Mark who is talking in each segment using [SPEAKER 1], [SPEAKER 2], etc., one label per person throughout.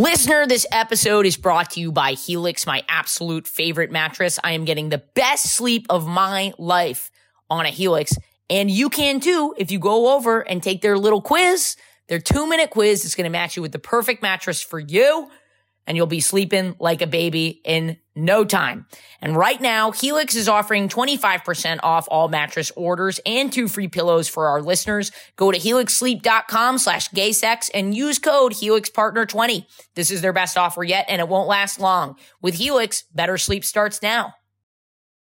[SPEAKER 1] Listener, this episode is brought to you by Helix, my absolute favorite mattress. I am getting the best sleep of my life on a Helix. And you can too if you go over and take their little quiz, their two minute quiz. It's going to match you with the perfect mattress for you and you'll be sleeping like a baby in no time. And right now, Helix is offering 25% off all mattress orders and two free pillows for our listeners. Go to helixsleep.com slash gaysex and use code HelixPartner20. This is their best offer yet, and it won't last long. With Helix, better sleep starts now.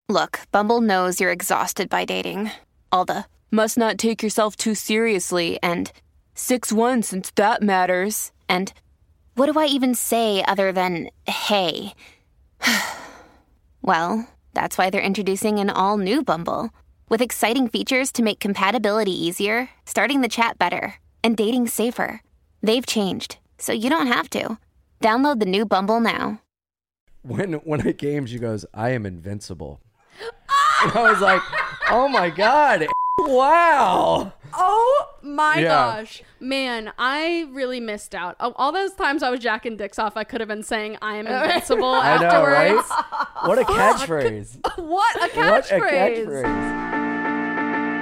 [SPEAKER 2] Look, Bumble knows you're exhausted by dating. All the must not take yourself too seriously and 6 1 since that matters. And what do I even say other than hey? well, that's why they're introducing an all new Bumble with exciting features to make compatibility easier, starting the chat better, and dating safer. They've changed, so you don't have to. Download the new Bumble now.
[SPEAKER 3] when when I came, she goes, "I am invincible," and I was like, "Oh my god, wow!"
[SPEAKER 4] Oh my
[SPEAKER 3] Yeah.
[SPEAKER 4] gosh. Man, I really missed out. Of all those times I was jacking dicks off, I could have been saying I am invincible
[SPEAKER 3] I know, right?
[SPEAKER 4] afterwards.
[SPEAKER 3] What a catchphrase!
[SPEAKER 4] What a catchphrase.
[SPEAKER 3] What a catchphrase!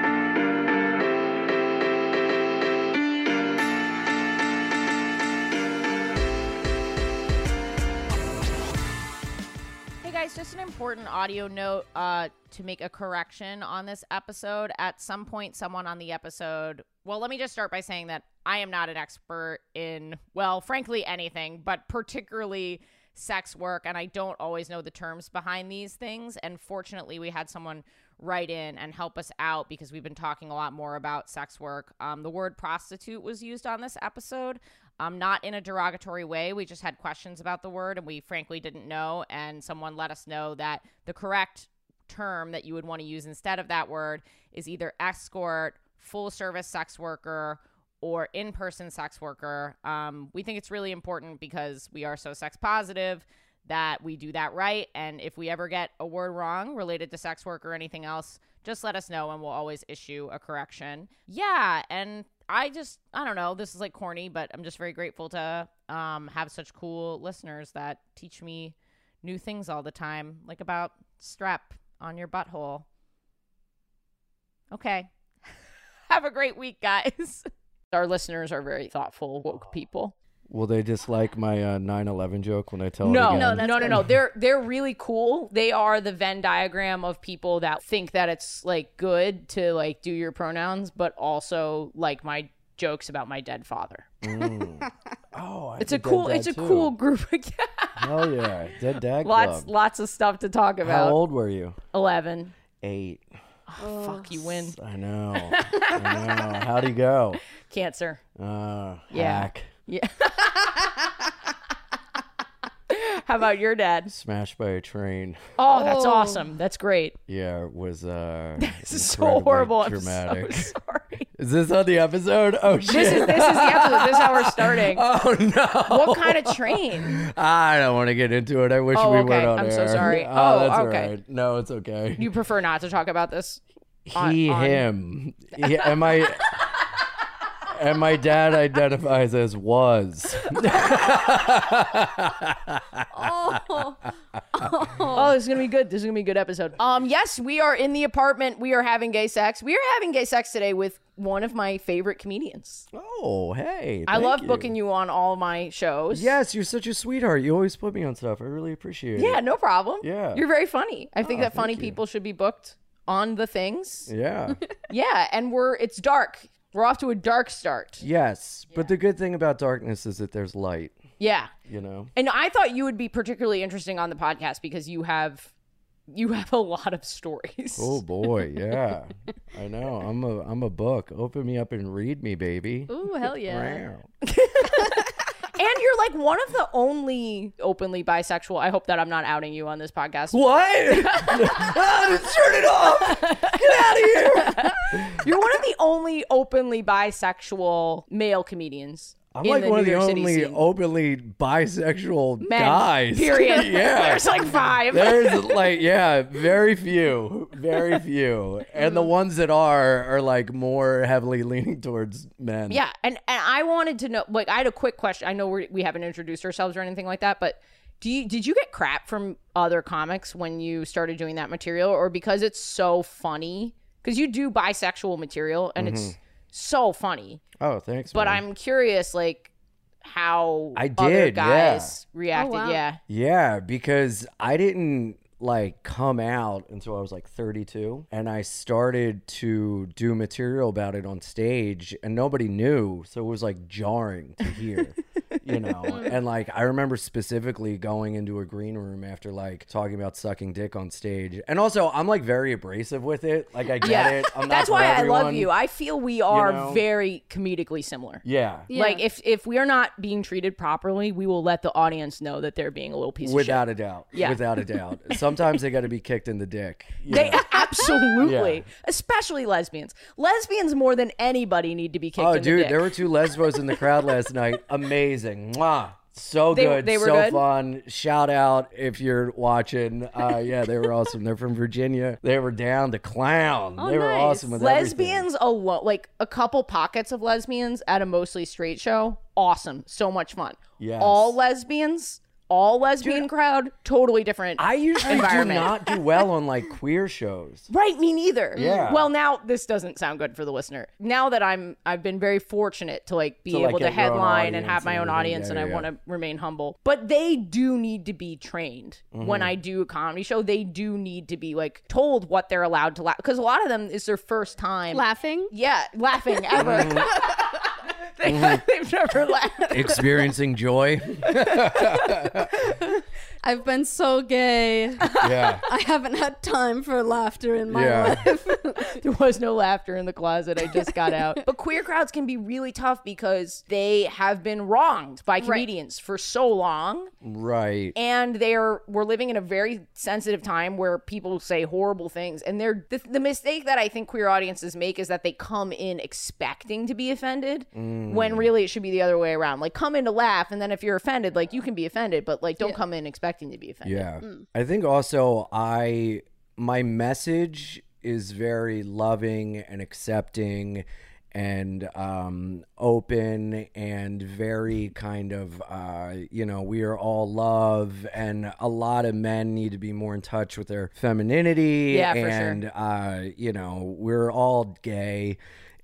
[SPEAKER 5] Hey guys, just an important audio note uh, to make a correction on this episode. At some point, someone on the episode. Well, let me just start by saying that I am not an expert in, well, frankly, anything, but particularly sex work, and I don't always know the terms behind these things. And fortunately, we had someone write in and help us out because we've been talking a lot more about sex work. Um, the word prostitute was used on this episode um, not in a derogatory way. We just had questions about the word and we frankly didn't know. And someone let us know that the correct term that you would want to use instead of that word is either escort, full service sex worker, or in person sex worker. Um, we think it's really important because we are so sex positive that we do that right. And if we ever get a word wrong related to sex work or anything else, just let us know and we'll always issue a correction. Yeah. And I just, I don't know, this is like corny, but I'm just very grateful to um, have such cool listeners that teach me new things all the time, like about strap on your butthole. Okay. have a great week, guys. Our listeners are very thoughtful, woke people.
[SPEAKER 3] Will they dislike my uh, 9/11 joke when I tell it
[SPEAKER 5] No,
[SPEAKER 3] again?
[SPEAKER 5] no, no, no, no. They're they're really cool. They are the Venn diagram of people that think that it's like good to like do your pronouns, but also like my jokes about my dead father.
[SPEAKER 3] Oh, I
[SPEAKER 5] It's a
[SPEAKER 3] did Dead
[SPEAKER 5] cool,
[SPEAKER 3] Dad
[SPEAKER 5] it's a
[SPEAKER 3] too.
[SPEAKER 5] cool group.
[SPEAKER 3] Hell yeah, dead dad
[SPEAKER 5] lots,
[SPEAKER 3] club.
[SPEAKER 5] lots of stuff to talk
[SPEAKER 3] How
[SPEAKER 5] about.
[SPEAKER 3] old were you?
[SPEAKER 5] Eleven. Oh,
[SPEAKER 3] Eight.
[SPEAKER 5] Fuck, you win.
[SPEAKER 3] I know. I know. How'd he go?
[SPEAKER 5] Cancer.
[SPEAKER 3] Uh,
[SPEAKER 5] Yeah.
[SPEAKER 3] hack.
[SPEAKER 5] Yeah. How about your dad?
[SPEAKER 3] Smashed by a train.
[SPEAKER 5] Oh, that's awesome. That's great.
[SPEAKER 3] Yeah, it was uh.
[SPEAKER 5] This is so
[SPEAKER 3] incredibly
[SPEAKER 5] horrible.
[SPEAKER 3] Dramatic.
[SPEAKER 5] I'm so sorry.
[SPEAKER 3] Is this on the episode? Oh shit!
[SPEAKER 5] This is this is the episode. This is how we're starting.
[SPEAKER 3] oh no!
[SPEAKER 5] What kind of train?
[SPEAKER 3] I don't want to get into it. I wish
[SPEAKER 5] Oh,
[SPEAKER 3] we
[SPEAKER 5] okay.
[SPEAKER 3] went on
[SPEAKER 5] I'm
[SPEAKER 3] air.
[SPEAKER 5] so sorry.
[SPEAKER 3] Oh,
[SPEAKER 5] Oh,
[SPEAKER 3] that's all
[SPEAKER 5] okay.
[SPEAKER 3] right. No, it's okay.
[SPEAKER 5] You prefer not to talk about this?
[SPEAKER 3] he,
[SPEAKER 5] on-
[SPEAKER 3] him. He- am I? and my dad identifies as was.
[SPEAKER 4] Oh,
[SPEAKER 5] Oh, this is gonna be good. This is gonna be a good episode. Um, yes, we are in the apartment. We are having gay sex. We are having gay sex today with one of my favorite comedians.
[SPEAKER 3] Oh, hey!
[SPEAKER 5] I love booking you on all my shows.
[SPEAKER 3] Yes, you're such a sweetheart. You always put me on stuff. I really appreciate
[SPEAKER 5] Yeah,
[SPEAKER 3] it.
[SPEAKER 5] no problem.
[SPEAKER 3] Yeah. Oh,
[SPEAKER 5] You're very funny. I think that funny
[SPEAKER 3] you.
[SPEAKER 5] people should be booked on the things.
[SPEAKER 3] Yeah. Yeah.
[SPEAKER 5] Yeah, and we're it's dark. We're off to a dark start.
[SPEAKER 3] yes, but the good thing about darkness is that there's light.
[SPEAKER 5] Yeah.
[SPEAKER 3] You know.
[SPEAKER 5] And I thought you would be particularly interesting on the podcast because you have you have a lot of stories.
[SPEAKER 3] Oh boy, yeah. I know. I'm a I'm a book. Open me up and read me, baby.
[SPEAKER 4] Ooh, hell yeah.
[SPEAKER 3] Wow.
[SPEAKER 5] And you're like one of the only openly bisexual. I hope that I'm not outing you on this podcast.
[SPEAKER 3] What? ah, just turn it off. Get out of here.
[SPEAKER 5] You're one of the only openly bisexual male comedians
[SPEAKER 3] I'm
[SPEAKER 1] in
[SPEAKER 3] like
[SPEAKER 1] the
[SPEAKER 3] one of
[SPEAKER 1] New
[SPEAKER 3] the
[SPEAKER 1] York City
[SPEAKER 3] only
[SPEAKER 1] scene.
[SPEAKER 3] openly bisexual
[SPEAKER 1] Men,
[SPEAKER 3] guys.
[SPEAKER 1] period.
[SPEAKER 3] yeah.
[SPEAKER 5] There's like five.
[SPEAKER 3] There's like yeah, very few, very few, and the ones that are are like more heavily leaning towards men.
[SPEAKER 5] Yeah, and and I wanted to know. Like, I had a quick question. I know we we haven't introduced ourselves or anything like that, but do you did you get crap from other comics when you started doing that material, or because it's so funny? Because you do bisexual material and
[SPEAKER 3] Mm-hmm.
[SPEAKER 5] it's so funny.
[SPEAKER 3] Oh, thanks.
[SPEAKER 5] But
[SPEAKER 3] man.
[SPEAKER 5] I'm curious, like how
[SPEAKER 3] I
[SPEAKER 5] other
[SPEAKER 3] did, yeah.
[SPEAKER 5] guys reacted.
[SPEAKER 4] Oh, wow.
[SPEAKER 5] Yeah,
[SPEAKER 3] Yeah, because I didn't like come out until I was like 32 and I started to do material about it on stage and nobody knew so it was like jarring to hear you know and like I remember specifically going into a green room after like talking about sucking dick on stage and also I'm like very abrasive with it like I get
[SPEAKER 5] Yeah.
[SPEAKER 3] it I'm
[SPEAKER 5] that's
[SPEAKER 3] not for
[SPEAKER 5] why I love
[SPEAKER 3] everyone.
[SPEAKER 5] you. I feel we are
[SPEAKER 3] know?
[SPEAKER 5] very comedically similar.
[SPEAKER 3] yeah
[SPEAKER 4] Yeah.
[SPEAKER 5] Like if if we are not being treated properly, we will let the audience know that they're being a little piece of shit.
[SPEAKER 3] without a doubt
[SPEAKER 5] Yeah.
[SPEAKER 3] without a doubt sometimes they got to be kicked in the dick you
[SPEAKER 5] They
[SPEAKER 3] know?
[SPEAKER 5] absolutely,
[SPEAKER 3] Yeah.
[SPEAKER 5] especially lesbians. Lesbians more than anybody need to be kicked.
[SPEAKER 3] Oh,
[SPEAKER 5] in the
[SPEAKER 3] dude,
[SPEAKER 5] dick.
[SPEAKER 3] there were two lesbos in the crowd last night. Amazing. Mwah. So
[SPEAKER 5] They-
[SPEAKER 3] good.
[SPEAKER 5] they were
[SPEAKER 3] so
[SPEAKER 5] good?
[SPEAKER 3] fun. Shout out if you're watching. Uh, yeah, they were awesome. They're from Virginia. They were down to clown.
[SPEAKER 4] Oh,
[SPEAKER 3] they were
[SPEAKER 4] nice.
[SPEAKER 3] awesome with everything.
[SPEAKER 5] lesbians alone, like a couple pockets of lesbians at a mostly straight show. Awesome, so much fun.
[SPEAKER 3] Yes.
[SPEAKER 5] all lesbians, all lesbian crowd, totally different.
[SPEAKER 3] I usually do
[SPEAKER 5] Environment.
[SPEAKER 3] not do well on like queer shows.
[SPEAKER 5] Right, me neither.
[SPEAKER 3] Yeah.
[SPEAKER 5] Well, now this doesn't sound good for the listener. Now that I'm, I've been very fortunate to like be
[SPEAKER 3] To, like,
[SPEAKER 5] able to
[SPEAKER 3] get your own
[SPEAKER 5] headline and have
[SPEAKER 3] audience
[SPEAKER 5] my
[SPEAKER 3] and
[SPEAKER 5] own
[SPEAKER 3] everything.
[SPEAKER 5] audience,
[SPEAKER 3] Yeah,
[SPEAKER 5] and I
[SPEAKER 3] yeah,
[SPEAKER 5] want to remain humble. But they do need to be trained.
[SPEAKER 3] Mm-hmm.
[SPEAKER 5] When I do a comedy show, they do need to be like told what they're allowed to laugh because a lot of them is their first time.
[SPEAKER 4] Laughing.
[SPEAKER 5] yeah, laughing ever. they, They've never laughed.
[SPEAKER 3] Experiencing joy.
[SPEAKER 4] I've been so gay.
[SPEAKER 3] Yeah.
[SPEAKER 4] I haven't had time for laughter in my
[SPEAKER 3] Yeah.
[SPEAKER 4] life.
[SPEAKER 5] there was no laughter in the closet. I just got out. But queer crowds can be really tough because they have been wronged by comedians for so long.
[SPEAKER 3] Right.
[SPEAKER 5] and they're we're living in a very sensitive time where people say horrible things and they're the, the mistake that i think queer audiences make is that they come in expecting to be offended when really it should be the other way around like come in to laugh and then if you're offended like you can be offended but like don't come in expecting to be offended
[SPEAKER 3] Yeah. I think also I my message is very loving and accepting and um open and very kind of uh you know we are all love and a lot of men need to be more in touch with their femininity
[SPEAKER 5] Yeah, for sure.
[SPEAKER 3] and uh you know we're all gay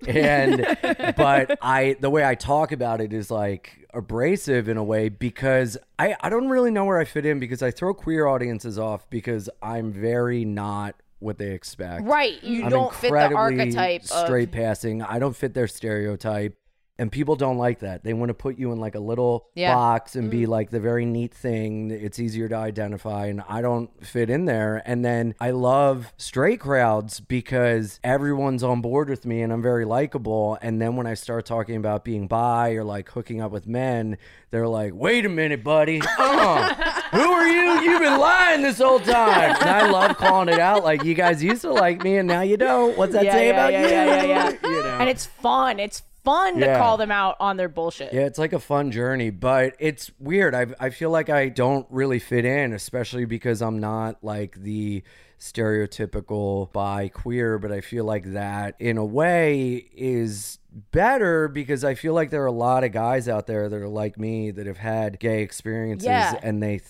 [SPEAKER 3] and but i the way i talk about it is like abrasive in a way because i i don't really know where i fit in because i throw queer audiences off because i'm very not what they expect
[SPEAKER 5] right you
[SPEAKER 3] I'm
[SPEAKER 5] don't fit the
[SPEAKER 3] incredibly
[SPEAKER 5] archetype
[SPEAKER 3] straight
[SPEAKER 5] of
[SPEAKER 3] passing i don't fit their stereotype and people don't like that they want to put you in like a little
[SPEAKER 5] Yeah.
[SPEAKER 3] box and be like the very neat thing it's easier to identify and i don't fit in there and then i love straight crowds because everyone's on board with me and i'm very likable and then when i start talking about being bi or like hooking up with men they're like wait a minute buddy uh who are you you've been lying this whole time and i love calling it out like you guys used to like me and now you don't what's that
[SPEAKER 5] Yeah,
[SPEAKER 3] say
[SPEAKER 5] yeah,
[SPEAKER 3] about
[SPEAKER 5] yeah,
[SPEAKER 3] you
[SPEAKER 5] yeah, yeah, yeah.
[SPEAKER 3] you know
[SPEAKER 5] and it's fun it's fun to
[SPEAKER 3] Yeah.
[SPEAKER 5] call them out on their bullshit
[SPEAKER 3] yeah, it's like a fun journey, but it's weird. I I feel like I don't really fit in, especially because I'm not like the stereotypical bi queer, but I feel like that in a way is better because I feel like there are a lot of guys out there that are like me that have had gay experiences
[SPEAKER 5] Yeah.
[SPEAKER 3] and they th-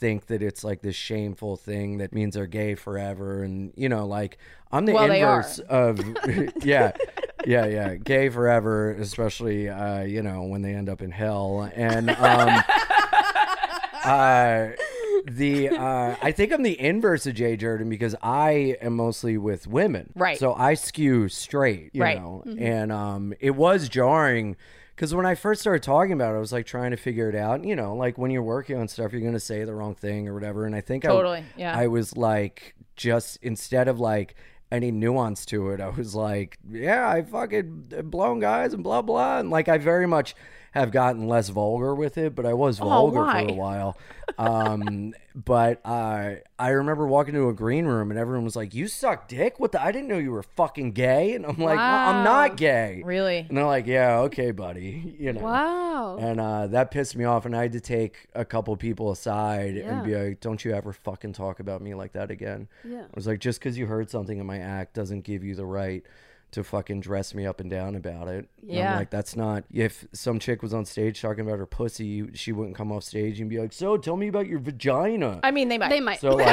[SPEAKER 3] think that it's like this shameful thing that means they're gay forever and you know like I'm the
[SPEAKER 5] Well, they are.
[SPEAKER 3] inverse of yeah yeah yeah gay forever especially uh you know when they end up in hell and um uh the uh I think I'm the inverse of Jay Jordan because I am mostly with women
[SPEAKER 5] Right.
[SPEAKER 3] so I skew straight you
[SPEAKER 5] Right. Mm-hmm.
[SPEAKER 3] know and um it was jarring because when I first started talking about it, I was like trying to figure it out. You know, like when you're working on stuff, you're going to say the wrong thing or whatever. And I think
[SPEAKER 5] Totally,
[SPEAKER 3] I,
[SPEAKER 5] yeah.
[SPEAKER 3] I was like, just instead of like any nuance uh, to it, I was like, yeah, I fucking blown guys and blah, blah. And like, I very much have gotten less vulgar with it, but I was vulgar
[SPEAKER 5] why?
[SPEAKER 3] for a while. Um, but uh, I remember walking to a green room and everyone was like, "You suck dick? What? The- I didn't know you were fucking gay." And I'm like, "Well, "I'm not gay."
[SPEAKER 5] Really?
[SPEAKER 3] And they're like, "Yeah, okay, buddy." You know.
[SPEAKER 4] Wow.
[SPEAKER 3] And uh, that pissed me off, and I had to take a couple people aside and be like, "Don't you ever fucking talk about me like that again."
[SPEAKER 4] Yeah.
[SPEAKER 3] I was like, "Just because you heard something in my act doesn't give you the right to fucking dress me up and down about it." And I'm
[SPEAKER 5] Yeah.
[SPEAKER 3] like that's not. If some chick was on stage talking about her pussy, you, she wouldn't come off stage and be like, "So tell me about your vagina."
[SPEAKER 5] I mean, they might.
[SPEAKER 4] They might.
[SPEAKER 3] so like,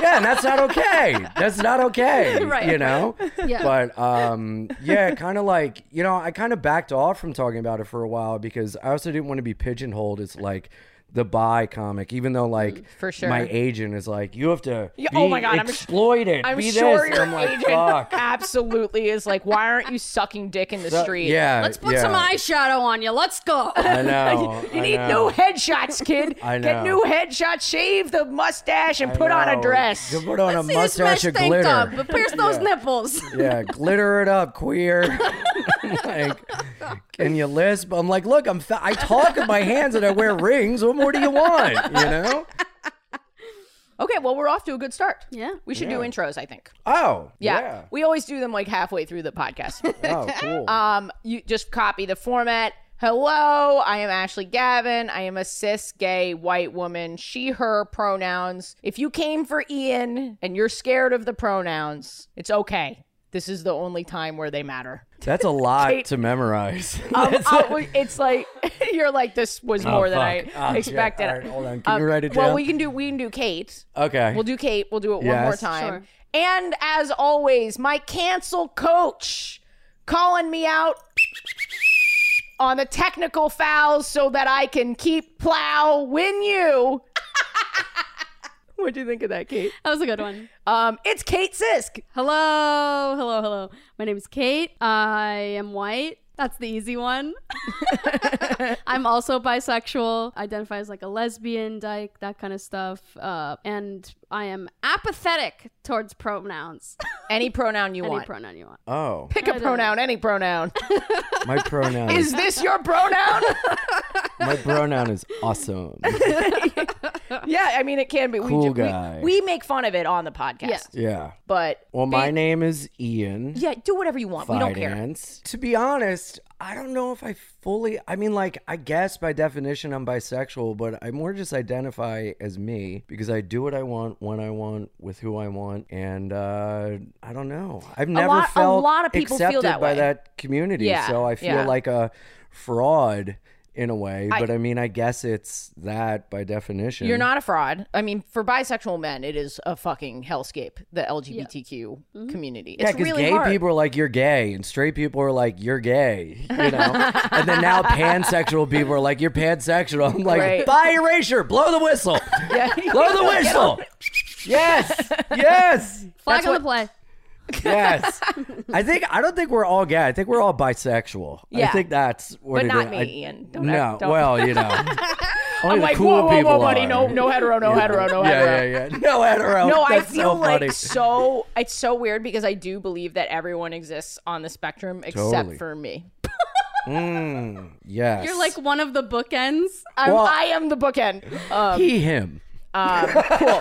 [SPEAKER 3] yeah, and that's not okay. That's not okay.
[SPEAKER 4] Right.
[SPEAKER 3] You know.
[SPEAKER 4] Yeah.
[SPEAKER 3] But um, yeah, kind of like you know, I kind of backed off from talking about it for a while because I also didn't want to be pigeonholed as like the bi comic, even though like
[SPEAKER 5] Mm, for sure.
[SPEAKER 3] my agent is like, you have to
[SPEAKER 5] Yeah,
[SPEAKER 3] be
[SPEAKER 5] oh my God, I'm-
[SPEAKER 3] exploited.
[SPEAKER 5] I'm
[SPEAKER 3] be
[SPEAKER 5] sure
[SPEAKER 3] this.
[SPEAKER 5] your
[SPEAKER 3] I'm like,
[SPEAKER 5] agent
[SPEAKER 3] fuck.
[SPEAKER 5] absolutely is like, why aren't you sucking dick in the
[SPEAKER 3] Uh,
[SPEAKER 5] street?
[SPEAKER 3] Yeah,
[SPEAKER 4] Let's put
[SPEAKER 3] yeah.
[SPEAKER 4] some eyeshadow on you. Let's go.
[SPEAKER 3] I know.
[SPEAKER 5] You
[SPEAKER 3] I
[SPEAKER 5] need
[SPEAKER 3] know.
[SPEAKER 5] new headshots, kid.
[SPEAKER 3] I
[SPEAKER 5] Get
[SPEAKER 3] know.
[SPEAKER 5] new headshots, shave the mustache, and
[SPEAKER 3] I
[SPEAKER 5] put on a
[SPEAKER 3] know.
[SPEAKER 5] dress.
[SPEAKER 3] You Put on a
[SPEAKER 4] See this
[SPEAKER 3] mustache
[SPEAKER 4] mesh
[SPEAKER 3] of
[SPEAKER 4] tank
[SPEAKER 3] glitter.
[SPEAKER 4] top, but pierce those nipples.
[SPEAKER 3] yeah, glitter it up, queer. I'm like, can you lisp? I'm like, look, I'm fa- I talk with my hands and I wear rings. What more do you want? You know?
[SPEAKER 5] Okay, well, we're off to a good start.
[SPEAKER 4] Yeah.
[SPEAKER 5] We should do intros, I think.
[SPEAKER 3] Oh,
[SPEAKER 5] Yeah.
[SPEAKER 3] yeah.
[SPEAKER 5] We always do them like halfway through the podcast.
[SPEAKER 3] Oh, cool.
[SPEAKER 5] um, you just copy the format. Hello, I am Ashley Gavin. I am a cis gay white woman, she, her pronouns. If you came for Ian and you're scared of the pronouns, it's okay. This is the only time where they matter.
[SPEAKER 3] That's a lot to memorize.
[SPEAKER 5] Um, I- it's like you're like this was more than I
[SPEAKER 3] fuck. Oh, shit.
[SPEAKER 5] expected. Um,
[SPEAKER 3] All right, hold on. Can you write it
[SPEAKER 5] Well,
[SPEAKER 3] down?
[SPEAKER 5] we can do we can do Kate.
[SPEAKER 3] okay.
[SPEAKER 5] We'll do Kate. We'll do it one
[SPEAKER 3] Yes.
[SPEAKER 5] more time.
[SPEAKER 4] Sure.
[SPEAKER 5] And as always, my cancel coach calling me out on the technical fouls so that I can keep plow win you. What'd you think of that, Kate?
[SPEAKER 4] That was a good one.
[SPEAKER 5] Um, it's Kate Sisk.
[SPEAKER 4] Hello, hello, hello. My name is Kate. I am white. That's the easy one. I'm also bisexual. Identify as like a lesbian, dyke, that kind of stuff. Uh, and I am apathetic towards pronouns.
[SPEAKER 5] Any pronoun you
[SPEAKER 4] Any
[SPEAKER 5] want.
[SPEAKER 4] pronoun you want.
[SPEAKER 3] oh,
[SPEAKER 5] Pick a pronoun, any pronoun.
[SPEAKER 3] my pronoun
[SPEAKER 5] Is
[SPEAKER 3] is
[SPEAKER 5] this your pronoun?
[SPEAKER 3] my pronoun is awesome.
[SPEAKER 5] yeah, I mean it can be.
[SPEAKER 3] Cool
[SPEAKER 5] we, ju- we-
[SPEAKER 3] guy.
[SPEAKER 5] We, make fun of it on the podcast.
[SPEAKER 4] Yeah.
[SPEAKER 3] Yeah.
[SPEAKER 5] But
[SPEAKER 3] Well, my name is Ian.
[SPEAKER 5] yeah, do whatever you want. We don't care.
[SPEAKER 3] finance. To be honest, I don't know if I fully. I mean, like, I guess by definition I'm bisexual, but I more just identify as me because I do what I want, when I want, with who I want, and uh, I don't know. I've never
[SPEAKER 5] lot- a
[SPEAKER 3] felt
[SPEAKER 5] lot of people feel
[SPEAKER 3] accepted
[SPEAKER 5] that
[SPEAKER 3] by
[SPEAKER 5] way.
[SPEAKER 3] that community,
[SPEAKER 5] Yeah,
[SPEAKER 3] so I feel
[SPEAKER 5] yeah.
[SPEAKER 3] like a fraud in a way. but I mean, I guess it's that by definition.
[SPEAKER 5] You're not a fraud. I mean, for bisexual men, it is a fucking hellscape, the LGBTQ community. It's
[SPEAKER 3] Yeah, because
[SPEAKER 5] really
[SPEAKER 3] gay
[SPEAKER 5] hard.
[SPEAKER 3] people are like you're gay, and straight people are like you're gay, you know. and then now pansexual people are like you're pansexual. I'm like
[SPEAKER 5] Right.
[SPEAKER 3] by erasure, blow the whistle,
[SPEAKER 5] Yeah.
[SPEAKER 3] blow the whistle. yes, yes,
[SPEAKER 4] Flag on the play.
[SPEAKER 3] yes. I think I don't think we're all gay. I think we're all bisexual. I
[SPEAKER 5] Yeah.
[SPEAKER 3] think that's what
[SPEAKER 5] But
[SPEAKER 3] it
[SPEAKER 5] not
[SPEAKER 3] is.
[SPEAKER 5] me,
[SPEAKER 3] I-
[SPEAKER 5] Ian. Don't-
[SPEAKER 3] no,
[SPEAKER 5] don't-
[SPEAKER 3] well, you know,
[SPEAKER 5] I'm like, whoa, whoa, whoa, buddy, no, no hetero, no hetero, no
[SPEAKER 3] yeah,
[SPEAKER 5] hetero.
[SPEAKER 3] yeah, yeah, no hetero.
[SPEAKER 5] No, I
[SPEAKER 3] That's
[SPEAKER 5] feel
[SPEAKER 3] so funny.
[SPEAKER 5] like so it's so weird because I do believe that everyone exists on the spectrum except
[SPEAKER 3] Totally.
[SPEAKER 5] for me.
[SPEAKER 3] Mm, yes,
[SPEAKER 4] You're like one of the bookends.
[SPEAKER 5] I'm,
[SPEAKER 3] Well-
[SPEAKER 5] I am the bookend. Um,
[SPEAKER 3] he, him.
[SPEAKER 5] Um, cool.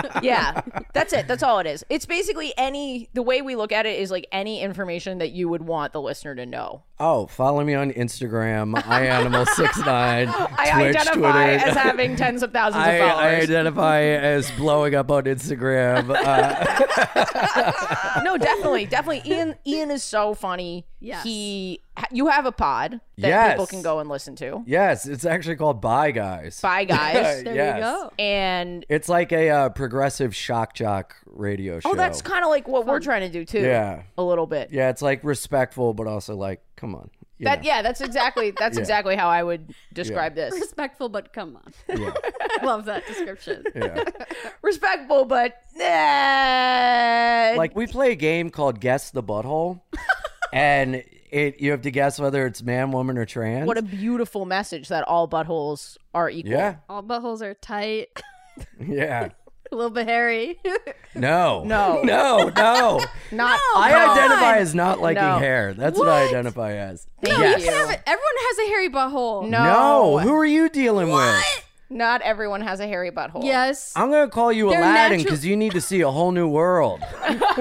[SPEAKER 5] Yeah. That's it. That's all it is. It's basically any, the way we look at it is like any information that you would want the listener to know.
[SPEAKER 3] Oh, follow me on Instagram, iAnimal69,
[SPEAKER 5] I
[SPEAKER 3] Twitch,
[SPEAKER 5] identify
[SPEAKER 3] Twitter.
[SPEAKER 5] as having tens of thousands
[SPEAKER 3] I,
[SPEAKER 5] of
[SPEAKER 3] I
[SPEAKER 5] followers.
[SPEAKER 3] identify as blowing up on Instagram. Uh,
[SPEAKER 5] Uh, no, definitely, definitely. Ian, Ian is so funny.
[SPEAKER 4] Yes.
[SPEAKER 5] He, you have a pod that
[SPEAKER 3] Yes.
[SPEAKER 5] people can go and listen to.
[SPEAKER 3] yes, it's actually called Bye Guys.
[SPEAKER 5] Bye, guys.
[SPEAKER 4] There
[SPEAKER 3] Yes.
[SPEAKER 4] you go.
[SPEAKER 5] and
[SPEAKER 3] It's like a uh, progressive shock jock radio show.
[SPEAKER 5] oh, that's kind of like what we're trying to do too.
[SPEAKER 3] Yeah.
[SPEAKER 5] a little bit.
[SPEAKER 3] Yeah, it's like respectful, but also like, come on. you
[SPEAKER 5] That
[SPEAKER 3] know.
[SPEAKER 5] yeah, that's exactly that's exactly how I would describe this.
[SPEAKER 4] Respectful, but come on. Love that description.
[SPEAKER 3] yeah.
[SPEAKER 5] Respectful, but nah.
[SPEAKER 3] like we play a game called Guess the Butthole, and it you have to guess whether it's man, woman, or trans.
[SPEAKER 5] what a beautiful message that all buttholes are equal.
[SPEAKER 3] yeah,
[SPEAKER 4] All buttholes are tight.
[SPEAKER 3] yeah.
[SPEAKER 4] a little bit hairy.
[SPEAKER 3] No.
[SPEAKER 5] No.
[SPEAKER 3] No, no.
[SPEAKER 5] Not
[SPEAKER 3] I
[SPEAKER 5] not-
[SPEAKER 3] identify as not liking
[SPEAKER 5] No.
[SPEAKER 3] hair. That's what? I
[SPEAKER 4] Oh, What?
[SPEAKER 3] identify as.
[SPEAKER 5] Thank
[SPEAKER 4] You
[SPEAKER 3] yes.
[SPEAKER 4] can have it. Everyone has a hairy butthole.
[SPEAKER 5] No.
[SPEAKER 3] No. Who are you dealing with?
[SPEAKER 5] Not everyone has a hairy butthole.
[SPEAKER 4] Yes.
[SPEAKER 3] I'm going to call you
[SPEAKER 4] They're
[SPEAKER 3] Aladdin
[SPEAKER 4] natural-
[SPEAKER 3] because you need to see a whole new world.
[SPEAKER 4] everyone,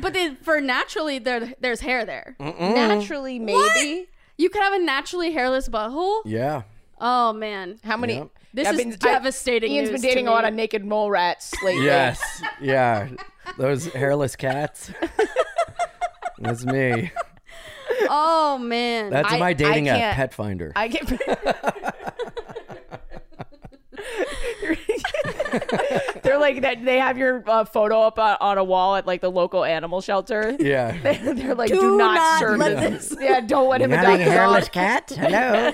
[SPEAKER 4] but they, for naturally, there there's hair there.
[SPEAKER 3] Mm.
[SPEAKER 5] Naturally, maybe.
[SPEAKER 4] You could have a naturally hairless butthole.
[SPEAKER 3] Yeah.
[SPEAKER 4] Oh man,
[SPEAKER 5] How many?
[SPEAKER 3] Yep.
[SPEAKER 4] This
[SPEAKER 5] I've
[SPEAKER 4] is devastating
[SPEAKER 5] Ian's
[SPEAKER 4] news
[SPEAKER 5] been
[SPEAKER 4] to
[SPEAKER 5] dating a lot
[SPEAKER 4] me.
[SPEAKER 5] of naked mole rats lately.
[SPEAKER 3] Yes. Yeah. Those hairless cats. That's me.
[SPEAKER 4] oh man.
[SPEAKER 3] That's
[SPEAKER 5] I-
[SPEAKER 3] my dating
[SPEAKER 5] I
[SPEAKER 3] app,
[SPEAKER 5] can't-
[SPEAKER 3] Pet Finder.
[SPEAKER 5] I get. They're like that. They have your uh, photo up on, on a wall at like the local animal shelter.
[SPEAKER 3] yeah.
[SPEAKER 5] They're like, do,
[SPEAKER 4] Do
[SPEAKER 5] not,
[SPEAKER 4] not
[SPEAKER 5] serve
[SPEAKER 4] let
[SPEAKER 5] this. Yeah, don't let him
[SPEAKER 3] Not
[SPEAKER 5] adopt
[SPEAKER 3] a
[SPEAKER 5] the
[SPEAKER 3] hairless
[SPEAKER 5] dog.
[SPEAKER 3] cat? Hello.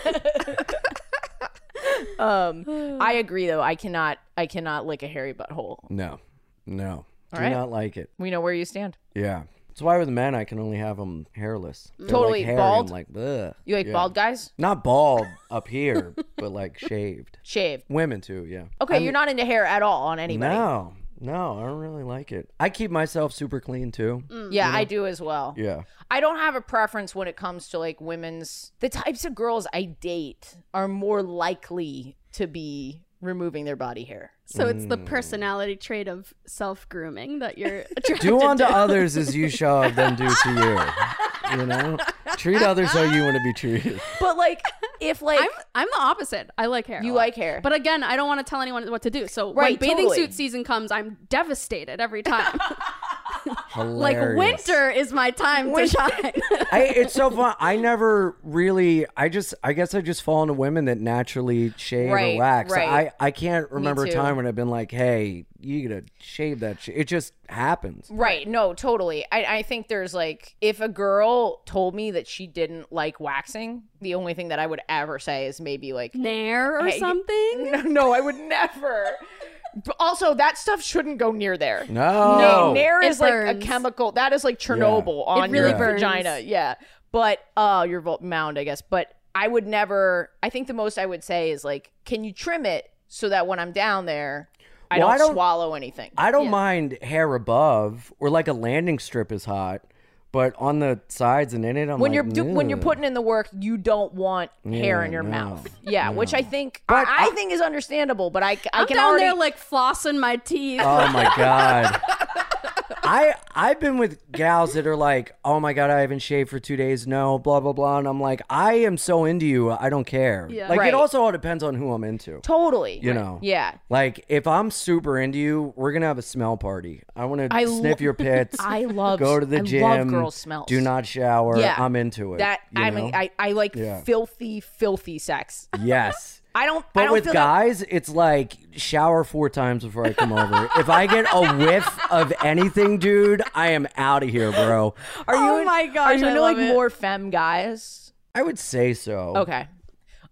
[SPEAKER 5] Um, I agree though. I cannot. I cannot lick a hairy butthole.
[SPEAKER 3] No. No. Do
[SPEAKER 5] right.
[SPEAKER 3] not like it.
[SPEAKER 5] We know where you stand.
[SPEAKER 3] Yeah. That's why with men I can only have them hairless. They're, like,
[SPEAKER 5] Totally
[SPEAKER 3] hairy.
[SPEAKER 5] bald?
[SPEAKER 3] I'm like, ugh.
[SPEAKER 5] You like
[SPEAKER 3] Yeah.
[SPEAKER 5] bald guys?
[SPEAKER 3] Not bald up here, but like shaved.
[SPEAKER 5] Shaved.
[SPEAKER 3] Women too, yeah.
[SPEAKER 5] Okay, you're not into hair at all on Oh, anybody.
[SPEAKER 3] No, no, I don't really like it. I keep myself super clean too.
[SPEAKER 4] Mm.
[SPEAKER 5] Yeah, I do as well.
[SPEAKER 3] Yeah.
[SPEAKER 5] I don't have a preference when it comes to like women's. The types of girls I date are more likely to be removing their body hair.
[SPEAKER 4] So it's the personality trait of self grooming that you're attracted
[SPEAKER 3] Mm. Do unto
[SPEAKER 4] to.
[SPEAKER 3] others as you shall them do to you. You know, treat others how you want to be treated.
[SPEAKER 5] But like, if like
[SPEAKER 4] I'm I'm the opposite. I like hair. a
[SPEAKER 5] you
[SPEAKER 4] lot.
[SPEAKER 5] like hair,
[SPEAKER 4] But again, I don't want to tell anyone what to do. So
[SPEAKER 5] Right,
[SPEAKER 4] when bathing
[SPEAKER 5] totally.
[SPEAKER 4] suit season comes, I'm devastated every time. like
[SPEAKER 3] Hilarious.
[SPEAKER 4] winter is my time to shine.
[SPEAKER 3] I, it's so fun. I never really. I just. I guess I just fall into women that naturally shave
[SPEAKER 5] Right,
[SPEAKER 3] or wax.
[SPEAKER 5] right.
[SPEAKER 3] I. I can't remember a
[SPEAKER 5] too.
[SPEAKER 3] time when I've been like, "Hey, you gotta shave that." Sh-. It just happens.
[SPEAKER 5] right? No, totally. I I think there's like if a girl told me that she didn't like waxing, the only thing that I would ever say is maybe like
[SPEAKER 4] Nair or
[SPEAKER 5] Hey.
[SPEAKER 4] something.
[SPEAKER 5] No, no, I would never. But also, that stuff shouldn't go near there.
[SPEAKER 3] No.
[SPEAKER 5] Na- Nair
[SPEAKER 4] It
[SPEAKER 5] is like a
[SPEAKER 4] burns.
[SPEAKER 5] chemical. That is like Chernobyl on
[SPEAKER 4] really
[SPEAKER 5] your
[SPEAKER 4] burns.
[SPEAKER 5] vagina. Yeah. But uh, your vul- mound, I guess. But I would never. I think the most I would say is like, can you trim it so that when I'm down there, I,
[SPEAKER 3] Well,
[SPEAKER 5] don't,
[SPEAKER 3] I don't-
[SPEAKER 5] swallow anything.
[SPEAKER 3] I don't mind hair above or like a landing strip is hot, but on the sides and in it, I'm
[SPEAKER 5] when
[SPEAKER 3] like,
[SPEAKER 5] you're do, when you're
[SPEAKER 3] "Ugh."
[SPEAKER 5] putting in the work, you don't want hair in your
[SPEAKER 3] no,
[SPEAKER 5] mouth. Yeah, which I think
[SPEAKER 3] But
[SPEAKER 5] I, I think is understandable. But I c- I
[SPEAKER 4] I'm
[SPEAKER 5] can
[SPEAKER 4] down
[SPEAKER 5] already
[SPEAKER 4] there like flossing my teeth.
[SPEAKER 3] Oh my god. I I've been with gals that are like, oh my god, I haven't shaved for two days. No, blah blah blah, and I'm like, I am so into you, I don't care.
[SPEAKER 4] Yeah.
[SPEAKER 3] Like
[SPEAKER 5] Right.
[SPEAKER 3] it also all depends on who I'm into.
[SPEAKER 5] totally.
[SPEAKER 3] You know.
[SPEAKER 5] Yeah.
[SPEAKER 3] Like if I'm super into you, we're gonna have a smell party. I want
[SPEAKER 5] I
[SPEAKER 3] to
[SPEAKER 5] lo-
[SPEAKER 3] sniff your pits.
[SPEAKER 5] I love
[SPEAKER 3] go to the
[SPEAKER 5] I
[SPEAKER 3] gym.
[SPEAKER 5] Love girl smells.
[SPEAKER 3] Do not shower.
[SPEAKER 5] Yeah.
[SPEAKER 3] I'm into it.
[SPEAKER 5] that.
[SPEAKER 3] you
[SPEAKER 5] I mean,
[SPEAKER 3] know?
[SPEAKER 5] I, I like
[SPEAKER 3] Yeah.
[SPEAKER 5] filthy, filthy sex.
[SPEAKER 3] yes.
[SPEAKER 5] I don't. I
[SPEAKER 3] But
[SPEAKER 5] don't
[SPEAKER 3] with
[SPEAKER 5] feel that-
[SPEAKER 3] guys, it's like shower four times before I come over. if I get a whiff of anything, dude, I am out of here, bro.
[SPEAKER 5] are you?
[SPEAKER 4] Oh
[SPEAKER 5] in-
[SPEAKER 4] my
[SPEAKER 5] Are
[SPEAKER 4] gosh,
[SPEAKER 5] you
[SPEAKER 4] I
[SPEAKER 5] into
[SPEAKER 4] love
[SPEAKER 5] like
[SPEAKER 4] it.
[SPEAKER 5] more femme guys?
[SPEAKER 3] I would say so.
[SPEAKER 5] Oh. Okay.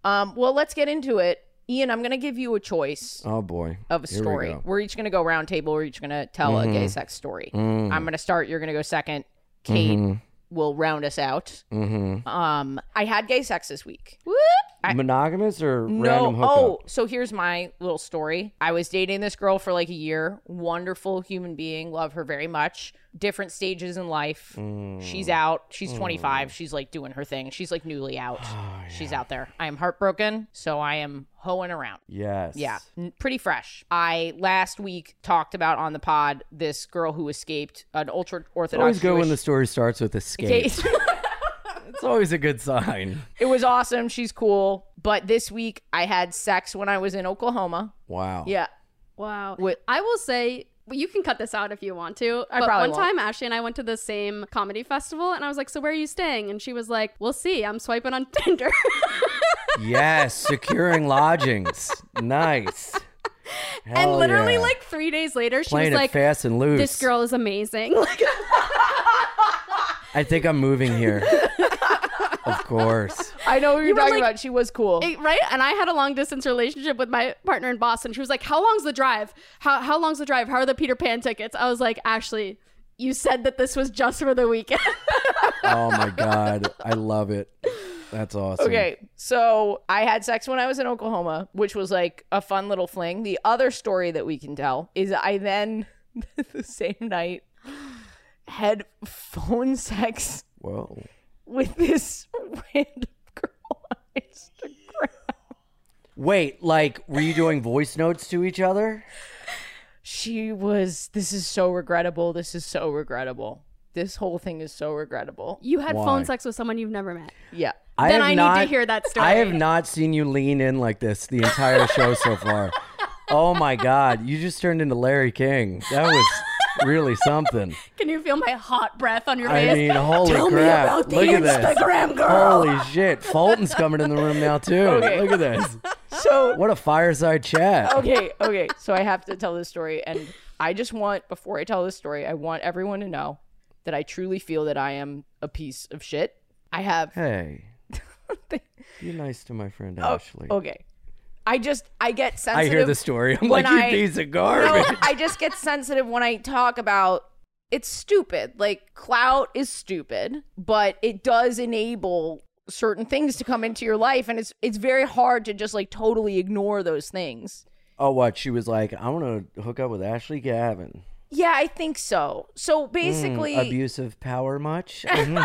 [SPEAKER 5] Um. Well, let's get into it. Ian, I'm gonna give you a choice
[SPEAKER 3] Oh boy.
[SPEAKER 5] of a
[SPEAKER 3] Here we
[SPEAKER 5] story.
[SPEAKER 3] go. Mm-hmm.
[SPEAKER 5] We are each gonna go round table. We're each gonna tell a gay sex story.
[SPEAKER 3] Mm.
[SPEAKER 5] I'm gonna start. You're gonna go second. Kate
[SPEAKER 3] Mm-hmm.
[SPEAKER 5] will round us out. Mm-hmm. Um. I had gay sex this week. I-
[SPEAKER 3] Monogamous or
[SPEAKER 5] No.
[SPEAKER 3] random hookup?
[SPEAKER 5] Oh, so here's my little story. I was dating this girl for like a year. Wonderful human being. Love her very much. Different stages in life.
[SPEAKER 3] Mm.
[SPEAKER 5] She's out. She's 25. She's like doing her thing. She's like newly out.
[SPEAKER 3] Oh,
[SPEAKER 5] She's out there. I am heartbroken. So I am hoeing around.
[SPEAKER 3] Yes.
[SPEAKER 5] Yeah, n- pretty fresh. I last week talked about on the pod this girl who escaped an ultra orthodox.
[SPEAKER 3] Always good when the story starts with escape. it's always a good sign.
[SPEAKER 5] it was awesome. She's cool. But this week I had sex when I was in Oklahoma.
[SPEAKER 3] Wow.
[SPEAKER 5] Yeah.
[SPEAKER 4] Wow.
[SPEAKER 5] Wait.
[SPEAKER 4] I will say well, you can cut this out if you want to.
[SPEAKER 5] I
[SPEAKER 4] but
[SPEAKER 5] probably
[SPEAKER 4] one
[SPEAKER 5] won't.
[SPEAKER 4] time Ashley and I went to the same comedy festival and I was like, "So where are you staying?" And she was like, "We'll see. I'm swiping on Tinder."
[SPEAKER 3] Yes. Securing lodgings. Nice.
[SPEAKER 4] and
[SPEAKER 3] Hell Oh,
[SPEAKER 4] literally
[SPEAKER 3] yeah.
[SPEAKER 4] like 3 days later, she
[SPEAKER 3] playing
[SPEAKER 4] was
[SPEAKER 3] it
[SPEAKER 4] like,
[SPEAKER 3] fast and loose.
[SPEAKER 4] "This girl is amazing." Like
[SPEAKER 3] I think I'm moving here. of course.
[SPEAKER 5] I know what you're
[SPEAKER 4] were
[SPEAKER 5] talking
[SPEAKER 4] like-
[SPEAKER 5] about. She was cool.
[SPEAKER 4] it- right? And I had a long distance relationship with my partner in Boston. She was like, "How long's the drive? How how long's the drive? How are the Peter Pan tickets?" I was like, "Ashley, you said that this was just for the weekend."
[SPEAKER 3] Oh my god, I love it. That's awesome.
[SPEAKER 5] Okay, so I had sex when I was in Oklahoma, which was like a fun little fling. The other story that we can tell is I then the same night had phone sex
[SPEAKER 3] Whoa.
[SPEAKER 5] with this random girl on Instagram.
[SPEAKER 3] Wait, like, were you doing voice notes to each other?
[SPEAKER 5] She was. This is so regrettable. This is so regrettable. This whole thing is so regrettable.
[SPEAKER 4] You had
[SPEAKER 3] Why?
[SPEAKER 4] phone sex with someone you've never met.
[SPEAKER 5] Yeah.
[SPEAKER 4] then
[SPEAKER 3] have
[SPEAKER 4] I need to
[SPEAKER 3] not-
[SPEAKER 4] hear that story.
[SPEAKER 3] I have not seen you lean in like this the entire show so far. Oh my God. You just turned into Larry King. That was really something.
[SPEAKER 4] Can you feel my hot breath on your
[SPEAKER 3] I
[SPEAKER 4] face?
[SPEAKER 3] mean, holy crap. Look at this. Holy shit. Fulton's coming in the room now, too. Look at this.
[SPEAKER 5] So
[SPEAKER 3] What a fireside chat.
[SPEAKER 5] okay, okay. So I have to tell this story, and I just want before I tell this story, I want everyone to know that I truly feel that I am a piece of shit. I have
[SPEAKER 3] Hey, be nice to my friend
[SPEAKER 5] Oh,
[SPEAKER 3] Ashley.
[SPEAKER 5] okay. I just I get
[SPEAKER 3] I
[SPEAKER 5] sensitive.
[SPEAKER 3] hear the story. I'm
[SPEAKER 5] when
[SPEAKER 3] like, you
[SPEAKER 5] I-
[SPEAKER 3] piece of
[SPEAKER 5] No,
[SPEAKER 3] garbage.
[SPEAKER 5] I just get sensitive when I talk about it's stupid. Like clout is stupid, but it does enable certain things to come into your life and it's it's very hard to just like totally ignore those things.
[SPEAKER 3] Oh, what? She was like, I want to hook up with Ashley Gavin.
[SPEAKER 5] Yeah, I think so. So basically
[SPEAKER 3] Mm, abusive power much? Mm-hmm.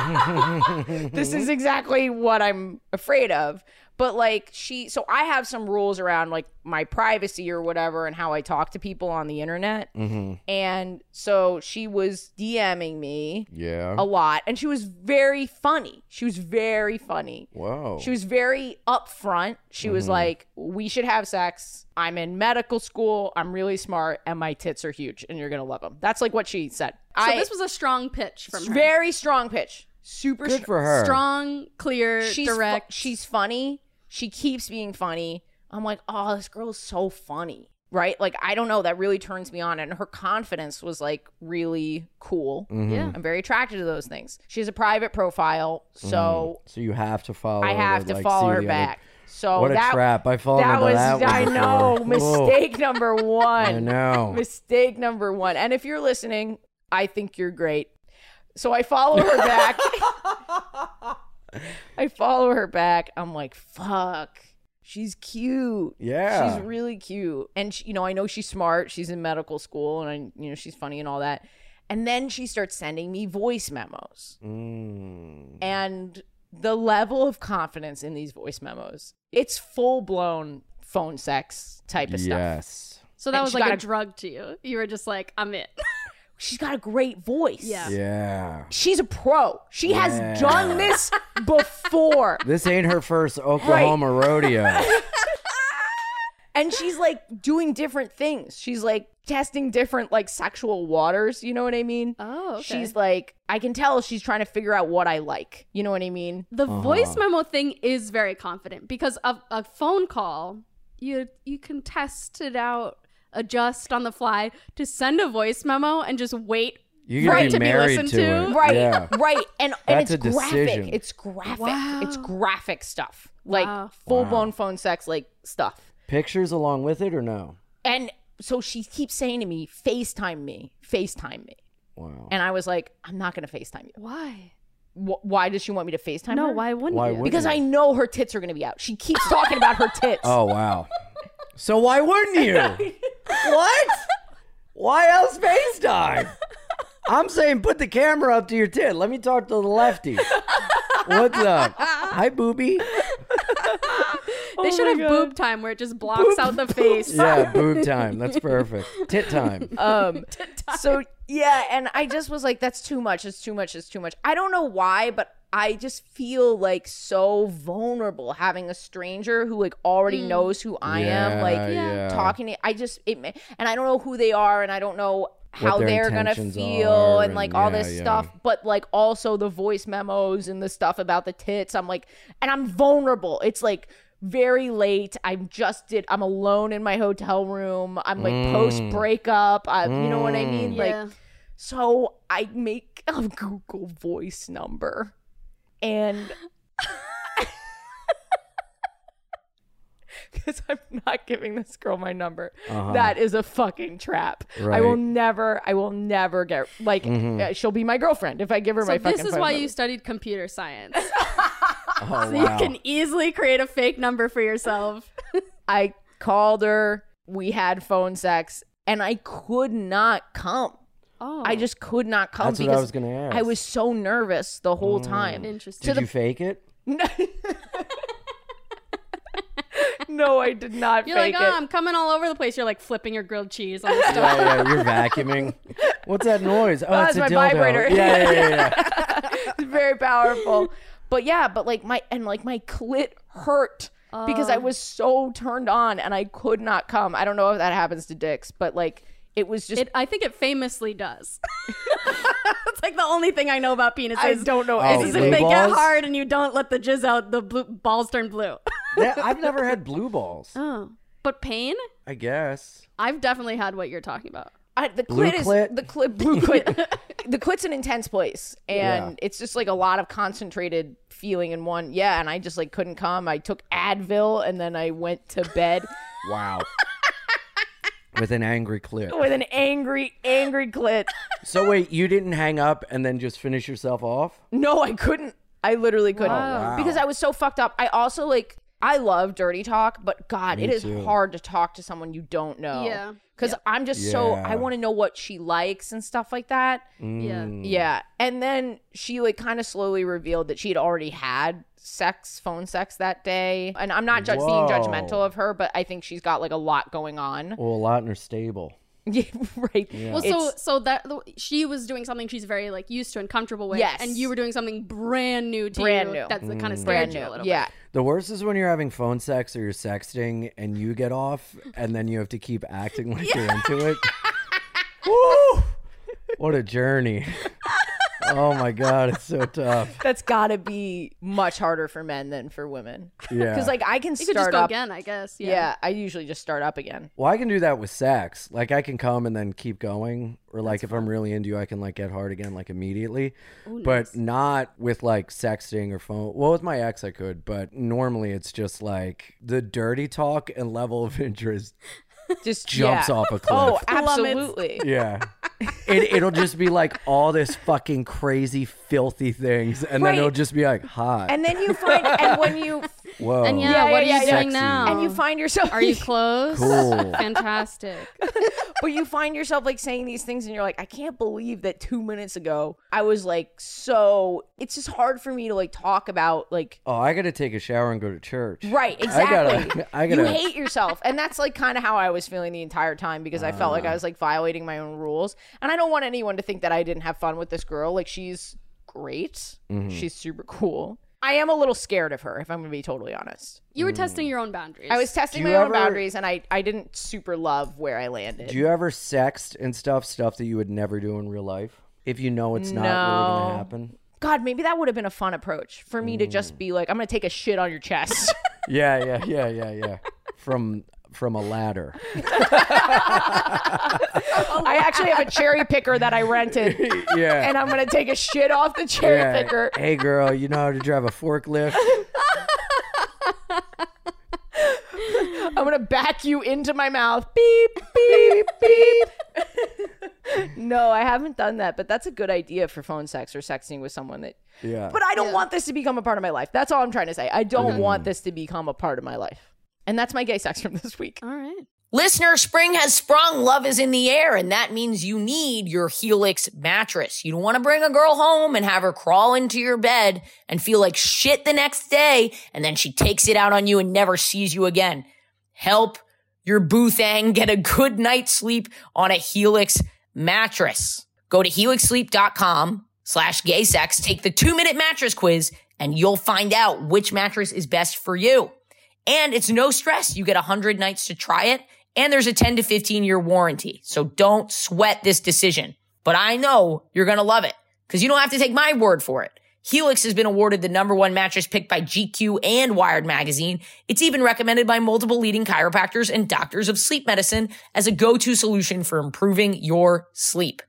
[SPEAKER 5] this is exactly what I'm afraid of. But like she, so I have some rules around like my privacy or whatever and how I talk to people on the internet.
[SPEAKER 3] mm-hmm.
[SPEAKER 5] And so she was DMing me
[SPEAKER 3] Yeah.
[SPEAKER 5] a lot and she was very funny. She was very funny.
[SPEAKER 3] Whoa. Mm-hmm.
[SPEAKER 5] She was very upfront. She was like, We should have sex. I'm in medical school. I'm really smart and my tits are huge and you're going to love them. That's like what she said.
[SPEAKER 4] so
[SPEAKER 5] I,
[SPEAKER 4] this was a strong pitch from her.
[SPEAKER 5] very strong pitch. Super
[SPEAKER 3] good
[SPEAKER 5] str-
[SPEAKER 3] for her.
[SPEAKER 4] strong, clear,
[SPEAKER 5] she's fu-
[SPEAKER 4] direct.
[SPEAKER 5] she's funny. She keeps being funny. I'm like, oh, this girl's so funny, right? Like, I don't know. That really turns me on. And her confidence was like really cool.
[SPEAKER 3] Mhm.
[SPEAKER 4] yeah.
[SPEAKER 5] I'm very attracted to those things. She has a private profile, so
[SPEAKER 3] So you have to follow.
[SPEAKER 5] I
[SPEAKER 3] her
[SPEAKER 5] have to
[SPEAKER 3] Mm. Oh, like,
[SPEAKER 5] follow
[SPEAKER 3] see
[SPEAKER 5] her
[SPEAKER 3] the other-
[SPEAKER 5] back. So
[SPEAKER 3] what a
[SPEAKER 5] that
[SPEAKER 3] trap! I followed
[SPEAKER 5] that
[SPEAKER 3] into
[SPEAKER 5] was
[SPEAKER 3] that one
[SPEAKER 5] I
[SPEAKER 3] before.
[SPEAKER 5] know
[SPEAKER 3] Whoa.
[SPEAKER 5] mistake number one.
[SPEAKER 3] I know.
[SPEAKER 5] Mistake number one. And if you're listening, I think you're great. So I follow her back. I follow her back. I'm like, fuck. She's cute.
[SPEAKER 3] Yeah.
[SPEAKER 5] She's really cute. And, she, you know, I know she's smart. She's in medical school and, I, you know, she's funny and all that. And then she starts sending me voice memos.
[SPEAKER 3] Mm.
[SPEAKER 5] And the level of confidence in these voice memos, it's full blown phone sex type of stuff.
[SPEAKER 3] Yes.
[SPEAKER 4] so that
[SPEAKER 5] and
[SPEAKER 4] was
[SPEAKER 5] she
[SPEAKER 4] like
[SPEAKER 5] got
[SPEAKER 4] a
[SPEAKER 5] a-
[SPEAKER 4] drug to you. You were just like, I'm it.
[SPEAKER 5] She's got a great voice.
[SPEAKER 4] Yeah.
[SPEAKER 3] Yeah.
[SPEAKER 5] She's a pro. She
[SPEAKER 3] Yeah.
[SPEAKER 5] has done this before.
[SPEAKER 3] This ain't her first Oklahoma rodeo.
[SPEAKER 5] and she's like doing different things. She's like testing different like sexual waters, you know what I mean?
[SPEAKER 4] Oh, okay.
[SPEAKER 5] She's like I can tell she's trying to figure out what I like. You know what I mean?
[SPEAKER 4] the voice memo thing is very confident because of a phone call, you you can test it out, adjust on the fly. To send a voice memo and just wait.
[SPEAKER 3] You gotta
[SPEAKER 4] Right,
[SPEAKER 3] be
[SPEAKER 4] to be
[SPEAKER 3] married
[SPEAKER 4] listened
[SPEAKER 3] to,
[SPEAKER 4] to.
[SPEAKER 3] it.
[SPEAKER 5] Right.
[SPEAKER 3] Yeah.
[SPEAKER 5] Right. And and
[SPEAKER 3] That's
[SPEAKER 5] it's
[SPEAKER 3] a
[SPEAKER 5] graphic.
[SPEAKER 3] decision.
[SPEAKER 5] It's graphic. It's
[SPEAKER 4] Wow.
[SPEAKER 5] graphic stuff. Like
[SPEAKER 4] Wow.
[SPEAKER 5] full-blown phone sex like stuff.
[SPEAKER 3] Pictures along with it or no?
[SPEAKER 5] And so she keeps saying to me, FaceTime me, FaceTime me.
[SPEAKER 3] Wow.
[SPEAKER 5] And I was like, I'm not going to FaceTime you.
[SPEAKER 4] Why?
[SPEAKER 5] Wh- why does she want me to FaceTime
[SPEAKER 4] No,
[SPEAKER 5] her?
[SPEAKER 4] why wouldn't
[SPEAKER 3] Why
[SPEAKER 4] you?
[SPEAKER 3] wouldn't
[SPEAKER 5] Because I know her tits are going to be out. She keeps talking about her tits.
[SPEAKER 3] Oh wow. So why wouldn't you? what? Why else FaceTime? I'm saying put the camera up to your tit. Let me talk to the lefty. What's up? Hi, booby.
[SPEAKER 5] Oh
[SPEAKER 4] they should have boob time where it just blocks out the face.
[SPEAKER 3] Yeah, boob time. That's perfect. Tit time.
[SPEAKER 4] Uh,
[SPEAKER 5] Um, so yeah, and I just was like, that's too much. It's too much. It's too much. I don't know why, but I just feel like so vulnerable having a stranger who like already knows who I am, like
[SPEAKER 3] Yeah, yeah.
[SPEAKER 5] talking to. I just it, ma- and I don't know who they are, and I don't know how
[SPEAKER 3] their
[SPEAKER 5] they're gonna
[SPEAKER 3] intentions
[SPEAKER 5] feel
[SPEAKER 3] are,
[SPEAKER 5] and like
[SPEAKER 3] and
[SPEAKER 5] all
[SPEAKER 3] yeah,
[SPEAKER 5] this
[SPEAKER 3] yeah.
[SPEAKER 5] stuff. But like also the voice memos and the stuff about the tits. I'm like, and I'm vulnerable. It's like very late i'm just did i'm alone in my hotel room i'm like
[SPEAKER 3] Mm.
[SPEAKER 5] post breakup i you know what i mean
[SPEAKER 3] Mm.
[SPEAKER 5] like
[SPEAKER 4] Yeah.
[SPEAKER 5] so I make a Google voice number and because I'm not giving this girl my number.
[SPEAKER 3] Uh-huh.
[SPEAKER 5] That is a fucking trap. I
[SPEAKER 3] Right.
[SPEAKER 5] will never, I will never get like
[SPEAKER 3] Mhm.
[SPEAKER 5] uh, she'll be my girlfriend if I give her
[SPEAKER 4] So
[SPEAKER 5] my fucking
[SPEAKER 4] this is
[SPEAKER 5] phone
[SPEAKER 4] why
[SPEAKER 5] number.
[SPEAKER 4] you studied computer science.
[SPEAKER 3] Oh,
[SPEAKER 4] so you can easily create a fake number for yourself.
[SPEAKER 5] I called her. We had phone sex, and I could not come.
[SPEAKER 4] Oh,
[SPEAKER 5] I just could not come
[SPEAKER 3] That's what
[SPEAKER 5] because
[SPEAKER 3] I was going to ask. Mm.
[SPEAKER 5] I was so nervous the whole time.
[SPEAKER 4] interesting.
[SPEAKER 3] Did you fake it?
[SPEAKER 5] No, I did not
[SPEAKER 4] You're like,
[SPEAKER 5] fake
[SPEAKER 4] oh,
[SPEAKER 5] it.
[SPEAKER 4] I'm coming all over the place. You're like flipping your grilled cheese on the stove.
[SPEAKER 3] Yeah, Oh, yeah, you're vacuuming. What's that noise? Oh,
[SPEAKER 5] That's
[SPEAKER 3] it's a
[SPEAKER 5] my
[SPEAKER 3] dildo.
[SPEAKER 5] vibrator.
[SPEAKER 3] Yeah, yeah, yeah, yeah.
[SPEAKER 5] It's very powerful. but yeah, but like my and like my clit hurt because I was so turned on and I could not come. I don't know if that happens to dicks, but like it was just
[SPEAKER 4] It, I think it famously does. It's like the only thing I know about penises.
[SPEAKER 5] I don't know
[SPEAKER 3] Oh,
[SPEAKER 4] Is
[SPEAKER 5] anything.
[SPEAKER 4] if they get
[SPEAKER 3] balls?
[SPEAKER 4] hard and you don't let the jizz out, the blue, balls turn blue.
[SPEAKER 3] Yeah, I've never had blue balls.
[SPEAKER 4] oh, but pain?
[SPEAKER 3] I guess.
[SPEAKER 4] I've definitely had what you're talking about.
[SPEAKER 5] I, the
[SPEAKER 3] Blue
[SPEAKER 5] clit is
[SPEAKER 3] clit?
[SPEAKER 5] the clit blue clit. the clit's an intense place and
[SPEAKER 3] Yeah.
[SPEAKER 5] it's just like a lot of concentrated feeling in one. Yeah, and I just like couldn't come. I took Advil and then I went to bed
[SPEAKER 3] Wow. With an angry clip.
[SPEAKER 5] with an angry angry clit.
[SPEAKER 3] So wait, you didn't hang up and then just finish yourself off?
[SPEAKER 5] No, I couldn't. I literally couldn't
[SPEAKER 3] Wow.
[SPEAKER 5] because I was so fucked up. I also like I love dirty talk, but God, it is
[SPEAKER 3] too.
[SPEAKER 5] hard to talk to someone you don't know.
[SPEAKER 4] Yeah.
[SPEAKER 5] because I'm just so
[SPEAKER 3] Yeah. Mm.
[SPEAKER 5] I want to know what she likes and stuff like that.
[SPEAKER 4] Yeah.
[SPEAKER 5] Yeah, and then she like kind of slowly revealed that she had already had sex, phone sex that day. And I'm not ju- being
[SPEAKER 3] Whoa.
[SPEAKER 5] judgmental of her, but I think she's got like a lot going on.
[SPEAKER 3] Well, a lot in her stable.
[SPEAKER 5] Yeah, right.
[SPEAKER 4] Well, so
[SPEAKER 5] It's-
[SPEAKER 4] so that she was doing something she's very like used to and comfortable with,
[SPEAKER 5] Yes.
[SPEAKER 4] and you were doing something brand new Mm. to
[SPEAKER 5] Brand
[SPEAKER 4] you.
[SPEAKER 5] new.
[SPEAKER 4] That's the kind of
[SPEAKER 5] brand
[SPEAKER 4] scared you a
[SPEAKER 5] new.
[SPEAKER 4] little
[SPEAKER 5] Yeah,
[SPEAKER 3] The worst is when you're having phone sex or you're sexting and you get off and then you have to keep acting like you're into it. Woo! What a journey. Oh my god, it's so tough.
[SPEAKER 5] that's gotta be much harder for men than for women.
[SPEAKER 3] Yeah.
[SPEAKER 5] Because like I can
[SPEAKER 4] bit. You
[SPEAKER 5] start
[SPEAKER 4] could just go
[SPEAKER 5] up
[SPEAKER 4] again, I guess.
[SPEAKER 5] Yeah. I usually just start up again.
[SPEAKER 3] Well, I can do that with sex. Like I can come and then keep going, or like if I'm really into you, I can like get hard again like immediately. But not with like sexting or phone. Well, with my ex I could, but normally it's just like the dirty talk and level of interest
[SPEAKER 5] Just
[SPEAKER 3] jumps
[SPEAKER 5] yeah.
[SPEAKER 3] off a cliff.
[SPEAKER 5] Oh,
[SPEAKER 4] Plummets.
[SPEAKER 5] absolutely.
[SPEAKER 3] Yeah. It, it'll just be like all this fucking crazy, filthy things, and then
[SPEAKER 5] Right.
[SPEAKER 3] it'll just be like hot.
[SPEAKER 5] And then you find and when you
[SPEAKER 3] Whoa.
[SPEAKER 4] And yeah,
[SPEAKER 5] Yeah, yeah,
[SPEAKER 4] what are
[SPEAKER 5] yeah,
[SPEAKER 4] you
[SPEAKER 5] yeah.
[SPEAKER 4] doing
[SPEAKER 3] Sexy.
[SPEAKER 4] now?
[SPEAKER 5] and you find yourself
[SPEAKER 4] Um, are you close?
[SPEAKER 3] Cool.
[SPEAKER 4] Fantastic.
[SPEAKER 5] but you find yourself like saying these things and you're like, I can't believe that 2 minutes ago I was like so it's just hard for me to like talk about like
[SPEAKER 3] Oh, I gotta take a shower and go to church.
[SPEAKER 5] Right,
[SPEAKER 3] gotta-
[SPEAKER 5] exactly.
[SPEAKER 3] I gotta-
[SPEAKER 5] You hate yourself, and that's like kind of how I was feeling the entire time because I felt like
[SPEAKER 3] Ah.
[SPEAKER 5] I was like violating my own rules, and I don't want anyone to think that I didn't have fun with this girl. Like she's great,
[SPEAKER 3] Mm-hmm.
[SPEAKER 5] she's super cool. I am a little scared of her, if I'm gonna be totally honest.
[SPEAKER 4] You
[SPEAKER 3] Mm.
[SPEAKER 4] were testing your own boundaries.
[SPEAKER 5] I was testing
[SPEAKER 3] Do
[SPEAKER 5] my
[SPEAKER 3] you
[SPEAKER 5] own
[SPEAKER 3] ever-
[SPEAKER 5] boundaries, and I I didn't super love where I landed.
[SPEAKER 3] Do you ever sext and stuff, stuff that you would never do in real life? If you know it's not really
[SPEAKER 5] No.
[SPEAKER 3] gonna happen.
[SPEAKER 5] God, maybe that would have been a fun approach for me to just be like, I'm gonna take a shit on your chest.
[SPEAKER 3] Yeah, yeah, yeah, yeah, yeah. From from a ladder.
[SPEAKER 5] I actually have a cherry picker that I rented.
[SPEAKER 3] Yeah.
[SPEAKER 5] And I'm gonna take a shit off the cherry
[SPEAKER 3] Yeah.
[SPEAKER 5] picker.
[SPEAKER 3] Hey girl, you know how to drive a forklift?
[SPEAKER 5] I'm gonna back you into my mouth. Beep, beep, beep. no, I haven't done that, but that's a good idea for phone sex or sexting with someone that.
[SPEAKER 3] Yeah.
[SPEAKER 5] But I don't want this to become a part of my life. That's all I'm trying to say. I don't want this to become a part of my life. And that's my gay sex from this week.
[SPEAKER 4] All right.
[SPEAKER 1] Listener, spring has sprung. Love is in the air, and that means you need your Helix mattress. You don't want to bring a girl home and have her crawl into your bed and feel like shit the next day, and then she takes it out on you and never sees you again. Help your boo thang get a good night's sleep on a Helix mattress. Go to helixsleep.com slash gay sex, take the two minute mattress quiz, and you'll find out which mattress is best for you. And it's no stress. You get 100 nights to try it, and there's a 10 to 15 year warranty. So don't sweat this decision. But I know you're going to love it because you don't have to take my word for it. Helix has been awarded the number one mattress picked by GQ and Wired magazine. It's even recommended by multiple leading chiropractors and doctors of sleep medicine as a go-to solution for improving your sleep.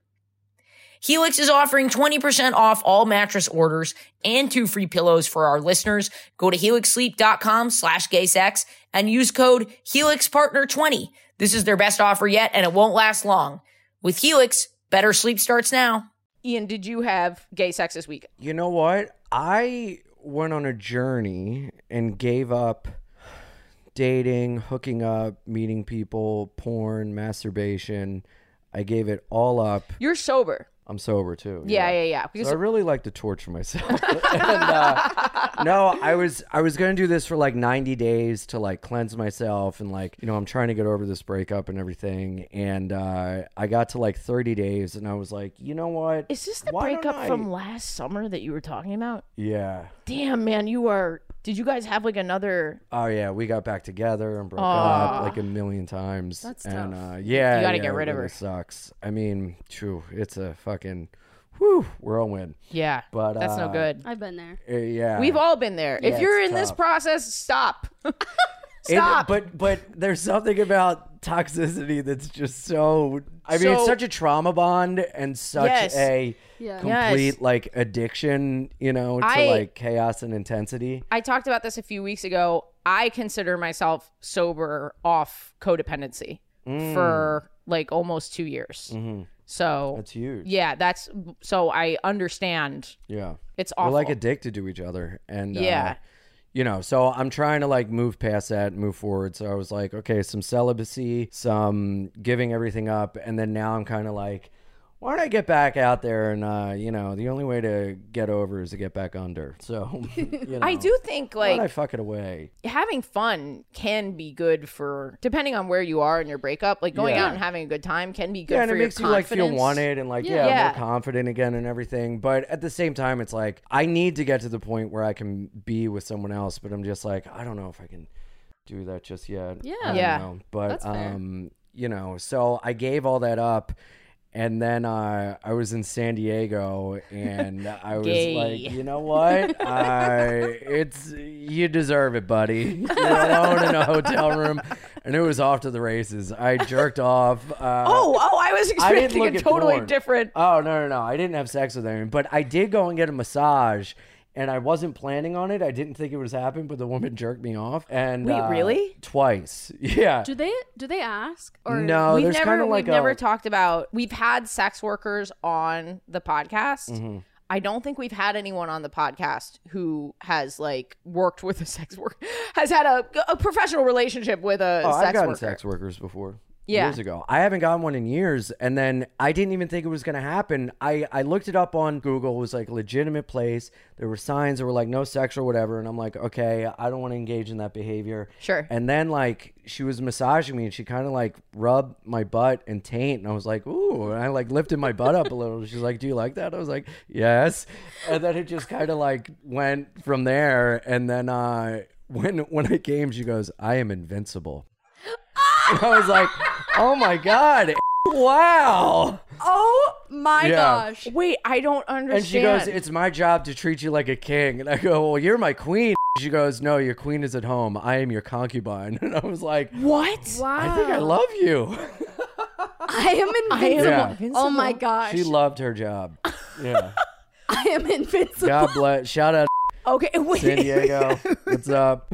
[SPEAKER 1] Helix is offering 20% off all mattress orders and two free pillows for our listeners. Go to helixsleep.com slash gaysex and use code HelixPartner20. This is their best offer yet and it won't last long. With Helix, better sleep starts now.
[SPEAKER 5] Ian, did you have gay sex this week?
[SPEAKER 3] You know what? I went on a journey and gave up dating, hooking up, meeting people, porn, masturbation. I gave it all up.
[SPEAKER 5] You're sober.
[SPEAKER 3] I'm sober too.
[SPEAKER 5] Yeah, yeah, yeah. Because
[SPEAKER 3] So I really like to torture myself. And, uh, no, I was I was gonna do this for like 90 days to like cleanse myself and like you know I'm trying to get over this breakup and everything. And uh, I got to like 30 days and I was like, you know what?
[SPEAKER 5] is this the
[SPEAKER 3] Why don't
[SPEAKER 5] breakup
[SPEAKER 3] I-
[SPEAKER 5] from last summer that you were talking about?
[SPEAKER 3] Yeah.
[SPEAKER 5] Damn, man, you are. Did you guys have like another?
[SPEAKER 3] Oh yeah, we got back together and broke up like a million times. That's and, Uh, yeah,
[SPEAKER 5] You gotta
[SPEAKER 3] yeah,
[SPEAKER 5] get
[SPEAKER 3] it
[SPEAKER 5] rid of
[SPEAKER 3] really
[SPEAKER 5] her.
[SPEAKER 3] Sucks. I mean, phew, it's a fucking whew whirlwind.
[SPEAKER 5] Yeah,
[SPEAKER 3] But
[SPEAKER 5] that's
[SPEAKER 3] uh,
[SPEAKER 5] no good.
[SPEAKER 4] I've been there.
[SPEAKER 3] uh, yeah,
[SPEAKER 5] We've all been there. if
[SPEAKER 3] it's
[SPEAKER 5] you're in this
[SPEAKER 3] tough.
[SPEAKER 5] process, stop.
[SPEAKER 3] It-
[SPEAKER 5] Stop.
[SPEAKER 3] but but there's something about toxicity that's just so. I mean, it's
[SPEAKER 5] So-
[SPEAKER 3] such a trauma bond and such
[SPEAKER 5] Yes.
[SPEAKER 3] a
[SPEAKER 4] Yeah.
[SPEAKER 3] complete
[SPEAKER 5] Yes.
[SPEAKER 3] like addiction. You know, to
[SPEAKER 5] I-
[SPEAKER 3] like chaos and intensity.
[SPEAKER 5] I talked about this a few weeks ago. I consider myself sober off codependency
[SPEAKER 3] Mm.
[SPEAKER 5] for like almost two years. So
[SPEAKER 3] Mm-hmm. That's huge.
[SPEAKER 5] yeah, that's so I understand.
[SPEAKER 3] yeah.
[SPEAKER 5] It's awful.
[SPEAKER 3] We're like addicted to each other, and yeah,
[SPEAKER 5] Yeah.
[SPEAKER 3] you know. So I'm trying to like move past that, move forward. So I was like, okay, some celibacy, some giving everything up, and then now I'm kind of like, why don't I get back out there? And uh, you know, the only way to get over is to get back under. So you know,
[SPEAKER 5] I do think
[SPEAKER 3] Why don't I
[SPEAKER 5] like
[SPEAKER 3] fuck it away?
[SPEAKER 5] having fun can be good for depending on where you are in your breakup. Like going
[SPEAKER 3] Yeah.
[SPEAKER 5] out and having a good time can be good
[SPEAKER 3] Yeah,
[SPEAKER 5] for
[SPEAKER 3] and it
[SPEAKER 5] your
[SPEAKER 3] makes you like
[SPEAKER 5] confidence.
[SPEAKER 3] feel wanted and like yeah,
[SPEAKER 5] Yeah.
[SPEAKER 3] more confident again and everything. But at the same time, it's like I need to get to the point where I can be with someone else. But I'm just like I don't know if I can do that just yet. I
[SPEAKER 4] Yeah.
[SPEAKER 3] don't
[SPEAKER 5] Yeah.
[SPEAKER 3] know. But
[SPEAKER 4] That's fair.
[SPEAKER 3] um, you know, so I gave all that up. And then uh, I was in San Diego, and I was
[SPEAKER 5] Gay.
[SPEAKER 3] like, you know what? Uh, it's you deserve it, buddy. You're alone in a hotel room, and it was off to the races. I jerked off. Uh,
[SPEAKER 5] Oh, oh, I was
[SPEAKER 3] I didn't
[SPEAKER 5] expecting
[SPEAKER 3] look
[SPEAKER 5] a
[SPEAKER 3] at
[SPEAKER 5] totally
[SPEAKER 3] porn.
[SPEAKER 5] different.
[SPEAKER 3] Oh no no no! I didn't have sex with anyone, but I did go and get a massage, and I wasn't planning on it. I didn't think it was happen, but the woman jerked me off. And
[SPEAKER 5] Wait,
[SPEAKER 3] uh,
[SPEAKER 5] really?
[SPEAKER 3] Twice? Yeah.
[SPEAKER 4] Do they do they ask or
[SPEAKER 3] no,
[SPEAKER 5] we've
[SPEAKER 3] there's kind
[SPEAKER 5] never
[SPEAKER 3] of like
[SPEAKER 5] we've never
[SPEAKER 3] a-
[SPEAKER 5] talked about we've had sex workers on the podcast.
[SPEAKER 3] Mm-hmm.
[SPEAKER 5] I don't think we've had anyone on the podcast who has like worked with a sex worker, has had a, a professional relationship with a
[SPEAKER 3] Oh,
[SPEAKER 5] sex
[SPEAKER 3] I've gotten
[SPEAKER 5] worker.
[SPEAKER 3] sex workers before.
[SPEAKER 5] Yeah.
[SPEAKER 3] Years ago. I haven't gotten one in years. And then I didn't even think it was going to happen. I, I looked it up on Google. It was like a legitimate place. There were signs that were like no sex or whatever. And I'm like, okay, I don't want to engage in that behavior.
[SPEAKER 5] Sure.
[SPEAKER 3] And then like she was massaging me and she kind of like rubbed my butt and taint. And I was like, ooh. And I like lifted my butt up a little. She's like, do you like that? I was like, yes. And then it just kind of like went from there. And then uh, when, when I came, she goes, I am invincible. And I was like, oh my God. Wow.
[SPEAKER 4] Oh my
[SPEAKER 3] Yeah.
[SPEAKER 4] gosh.
[SPEAKER 5] Wait, I don't understand.
[SPEAKER 3] And she goes, It's my job to treat you like a king. And I go, Well, you're my queen. She goes, No, your queen is at home. I am your concubine. And I was like,
[SPEAKER 5] what?
[SPEAKER 3] I think I love you.
[SPEAKER 4] I am invincible.
[SPEAKER 3] Yeah.
[SPEAKER 4] Oh my gosh.
[SPEAKER 3] She loved her job. Uh, Yeah.
[SPEAKER 4] I am invincible.
[SPEAKER 3] God bless. Shout out
[SPEAKER 5] Okay, wait.
[SPEAKER 3] San Diego. What's up?